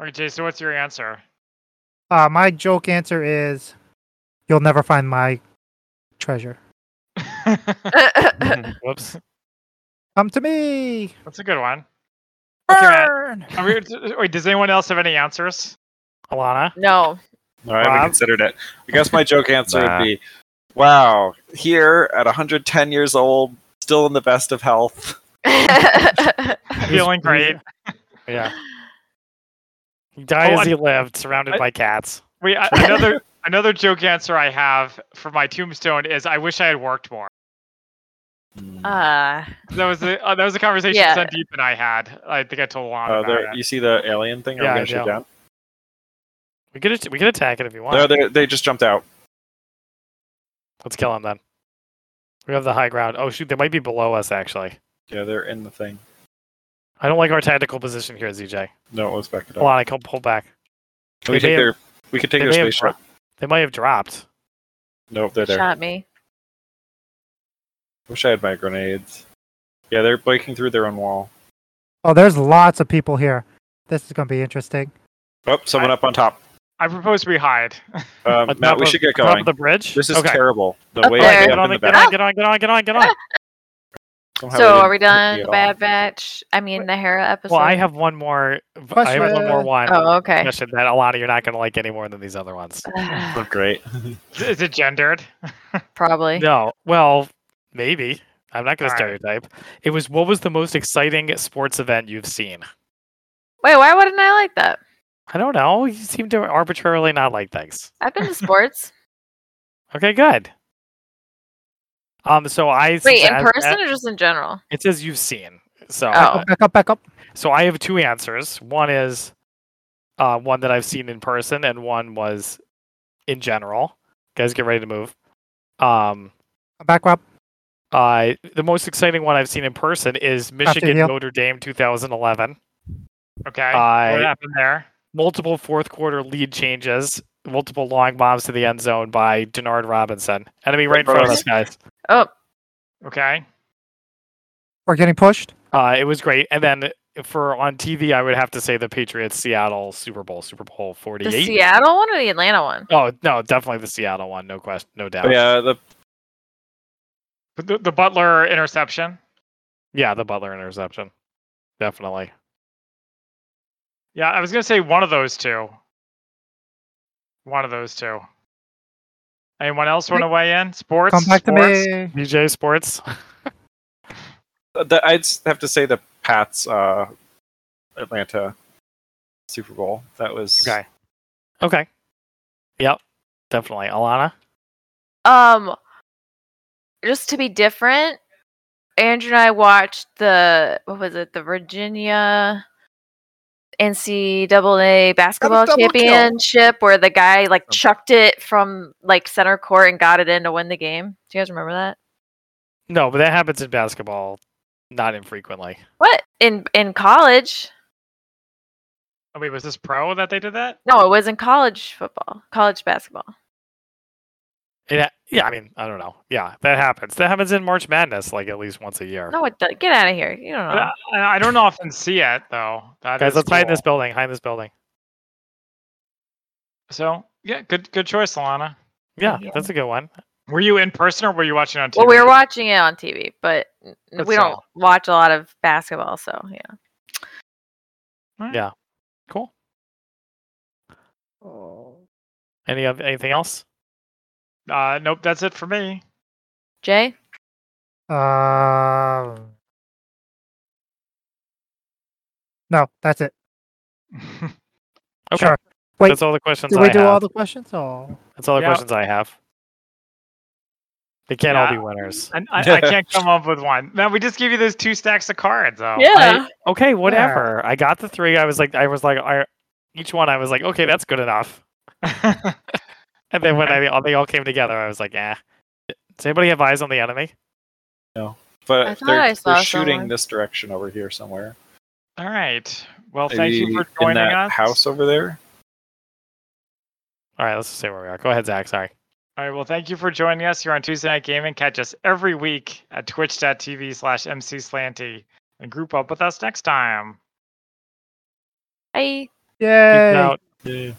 Speaker 1: Okay, Jay, so what's your answer?
Speaker 3: Uh, my joke answer is, you'll never find my treasure.
Speaker 4: Whoops.
Speaker 3: Come to me.
Speaker 1: That's a good one. Okay, Matt.
Speaker 3: Burn.
Speaker 1: Are we, uh, wait, does anyone else have any answers?
Speaker 4: Alana.
Speaker 2: no.
Speaker 5: No, I haven't
Speaker 4: Bob?
Speaker 5: considered it. I guess my joke answer
Speaker 6: Nah.
Speaker 5: would be, "Wow, here at 110 years old, still in the best of health."
Speaker 1: Feeling great.
Speaker 4: Yeah. He died
Speaker 1: Oh,
Speaker 4: as
Speaker 1: I-
Speaker 4: he lived, surrounded
Speaker 1: I-
Speaker 4: by cats.
Speaker 1: Wait, a- another another joke answer I have for my tombstone is I wish I had worked more.
Speaker 2: Uh,
Speaker 1: That was the uh, that was a conversation
Speaker 2: Yeah.
Speaker 1: Sandeep and I had. I think I told Lon
Speaker 5: Uh,
Speaker 1: about
Speaker 5: there-
Speaker 1: it.
Speaker 5: you see the alien thing? Are
Speaker 4: Yeah,
Speaker 5: we
Speaker 4: I
Speaker 5: gonna shoot
Speaker 4: do.
Speaker 5: down?
Speaker 4: We could at- we could attack it if you want.
Speaker 5: No, they, they just jumped out.
Speaker 4: Let's kill him then. We have the high ground. Oh shoot, they might be below us actually.
Speaker 5: Yeah, they're in the thing.
Speaker 4: I don't like our tactical position here, ZJ.
Speaker 5: No, let's back it up.
Speaker 4: Alana, come pull back.
Speaker 5: Can we
Speaker 4: They
Speaker 5: take
Speaker 4: may
Speaker 5: their? We could take
Speaker 4: they
Speaker 5: their
Speaker 4: may have
Speaker 5: space shot.
Speaker 4: dro- They might have dropped.
Speaker 5: Nope, they're there.
Speaker 2: shot me.
Speaker 5: Wish I had my grenades. Yeah, they're breaking through their own wall.
Speaker 3: Oh, there's lots of people here. This is gonna be interesting.
Speaker 5: Oh, someone up on top.
Speaker 1: I propose we hide.
Speaker 5: Um,
Speaker 4: On
Speaker 5: Matt,
Speaker 4: top Uh,
Speaker 5: we
Speaker 4: of-
Speaker 5: should get
Speaker 4: on top
Speaker 5: going.
Speaker 4: of the bridge.
Speaker 5: This is
Speaker 4: okay.
Speaker 5: terrible. The
Speaker 2: Up
Speaker 5: way
Speaker 2: there.
Speaker 5: I
Speaker 4: Get
Speaker 5: get up
Speaker 4: on,
Speaker 5: in
Speaker 4: the,
Speaker 5: the
Speaker 4: get
Speaker 5: back.
Speaker 4: on, get on, get on, get on, get on.
Speaker 5: somehow they
Speaker 2: So are
Speaker 5: didn't
Speaker 2: we
Speaker 5: hit me
Speaker 2: done with
Speaker 5: at
Speaker 2: the
Speaker 5: all.
Speaker 2: Bad Batch? I mean, the Hera episode.
Speaker 4: Well, I have one more. I have one more
Speaker 3: Question.
Speaker 4: one.
Speaker 2: Oh, okay.
Speaker 4: Question that Alana, you're not going to like any more than these other ones.
Speaker 5: Oh, great.
Speaker 1: Is- Is it gendered?
Speaker 2: Probably.
Speaker 4: No. Well, maybe. I'm not going to
Speaker 1: All right.
Speaker 4: stereotype. It was what was the most exciting sports event you've seen?
Speaker 2: Wait, why wouldn't I like that?
Speaker 4: I don't know. You seem to arbitrarily not like things.
Speaker 2: I've been to sports.
Speaker 4: Okay, good. Um, so I since
Speaker 2: Wait, in
Speaker 4: as-
Speaker 2: person
Speaker 4: a-
Speaker 2: or just in general?
Speaker 4: It says you've seen. So
Speaker 2: Oh.
Speaker 3: Back up, back up.
Speaker 4: so I have two answers. One is uh, one that I've seen in person, and one was in general. Guys, get ready to move. Um,
Speaker 3: Back up.
Speaker 4: Uh, the most exciting one I've seen in person is Michigan
Speaker 3: Yale.
Speaker 4: Notre Dame 2011.
Speaker 1: Okay.
Speaker 4: I-
Speaker 1: What happened there?
Speaker 4: Multiple fourth quarter lead changes, multiple long bombs to the end zone by Denard Robinson. Enemy right in front of us, guys.
Speaker 2: Oh,
Speaker 1: Okay.
Speaker 3: We're getting pushed.
Speaker 4: Uh, it was great. And then for on TV, I would have to say the Patriots Seattle Super Bowl, Super Bowl
Speaker 2: the
Speaker 4: 48.
Speaker 2: Seattle one or the Atlanta one?
Speaker 4: oh no, definitely the Seattle one, no question, no doubt.
Speaker 5: But yeah, the
Speaker 1: But The, the Butler interception.
Speaker 4: yeah, the Butler interception, definitely.
Speaker 1: Yeah, I was gonna say one of those two. One of those two. Anyone else want to weigh in? Sports.
Speaker 3: Come back to
Speaker 1: Sports?
Speaker 3: me.
Speaker 4: DJ Sports.
Speaker 5: the, I'd s- have to say the Pats uh, Atlanta Super Bowl. That was
Speaker 4: Okay. Okay. Yep. Definitely. Alana.
Speaker 2: Um, just to be different, Andrew and I watched the what was it? The Virginia NCAA basketball
Speaker 5: double kill.
Speaker 2: championship where the guy like chucked it from like center court and got it in to win the game. Do you guys remember that?
Speaker 4: No, but that happens in basketball, not infrequently.
Speaker 2: What in in college?
Speaker 1: Oh, wait, was this pro that they did that?
Speaker 2: No, it was in college football, college basketball.
Speaker 4: It, ha- yeah, I mean, I don't know. Yeah, that happens. That happens in March Madness, like at least once a year.
Speaker 2: No, it do- get out of here. You don't
Speaker 1: But
Speaker 2: know.
Speaker 1: I, I don't often see it though. That
Speaker 4: Uh-huh. Guys,
Speaker 1: is
Speaker 4: let's hide in this
Speaker 1: cool.
Speaker 4: building. Hide in this building.
Speaker 1: So yeah, good good choice, Alana.
Speaker 4: Yeah,
Speaker 2: Thank you.
Speaker 4: that's a good one.
Speaker 1: Were you in person or were you watching on TV?
Speaker 2: Well, we were watching it on TV, but n-
Speaker 1: That's
Speaker 2: we don't
Speaker 1: all.
Speaker 2: watch a lot of basketball, so yeah.
Speaker 4: Cool. Any oth- anything else?
Speaker 1: Uh, nope, that's it for me.
Speaker 2: Jay,
Speaker 3: Uh, no, that's it.
Speaker 4: Okay.
Speaker 3: Sure. Wait,
Speaker 4: that's all the questions
Speaker 3: Did
Speaker 4: I
Speaker 3: we do
Speaker 4: have.
Speaker 3: all the questions? Oh,
Speaker 4: that's all the
Speaker 1: Yeah.
Speaker 4: questions I have. They can't all be
Speaker 1: Yeah.
Speaker 4: winners.
Speaker 1: I, I, I can't come up with one. Man, we just gave you those two stacks of cards. Though.
Speaker 2: yeah,
Speaker 4: Okay, whatever. I got the three. I was like, I was like, I, each one. I was like, okay, that's good enough. And then when I, all, they all came together, I was like, eh. Does anybody have eyes on the enemy?
Speaker 5: But
Speaker 2: I thought
Speaker 5: they're,
Speaker 2: I saw
Speaker 5: they're shooting
Speaker 2: someone.
Speaker 5: this direction over here somewhere.
Speaker 1: all right.
Speaker 4: Well, thank you
Speaker 5: Maybe
Speaker 4: for joining
Speaker 5: in that
Speaker 4: us.
Speaker 5: house over there.
Speaker 3: All right, let's just say where we are. Go ahead, Zach. Sorry.
Speaker 4: All right. Well, thank you for joining us here on Tuesday Night Gaming. Catch us every week at twitch.tv slash MC Slanty and group up with us next time.
Speaker 7: Bye.
Speaker 2: Yay!
Speaker 3: Peace out.
Speaker 5: Yeah.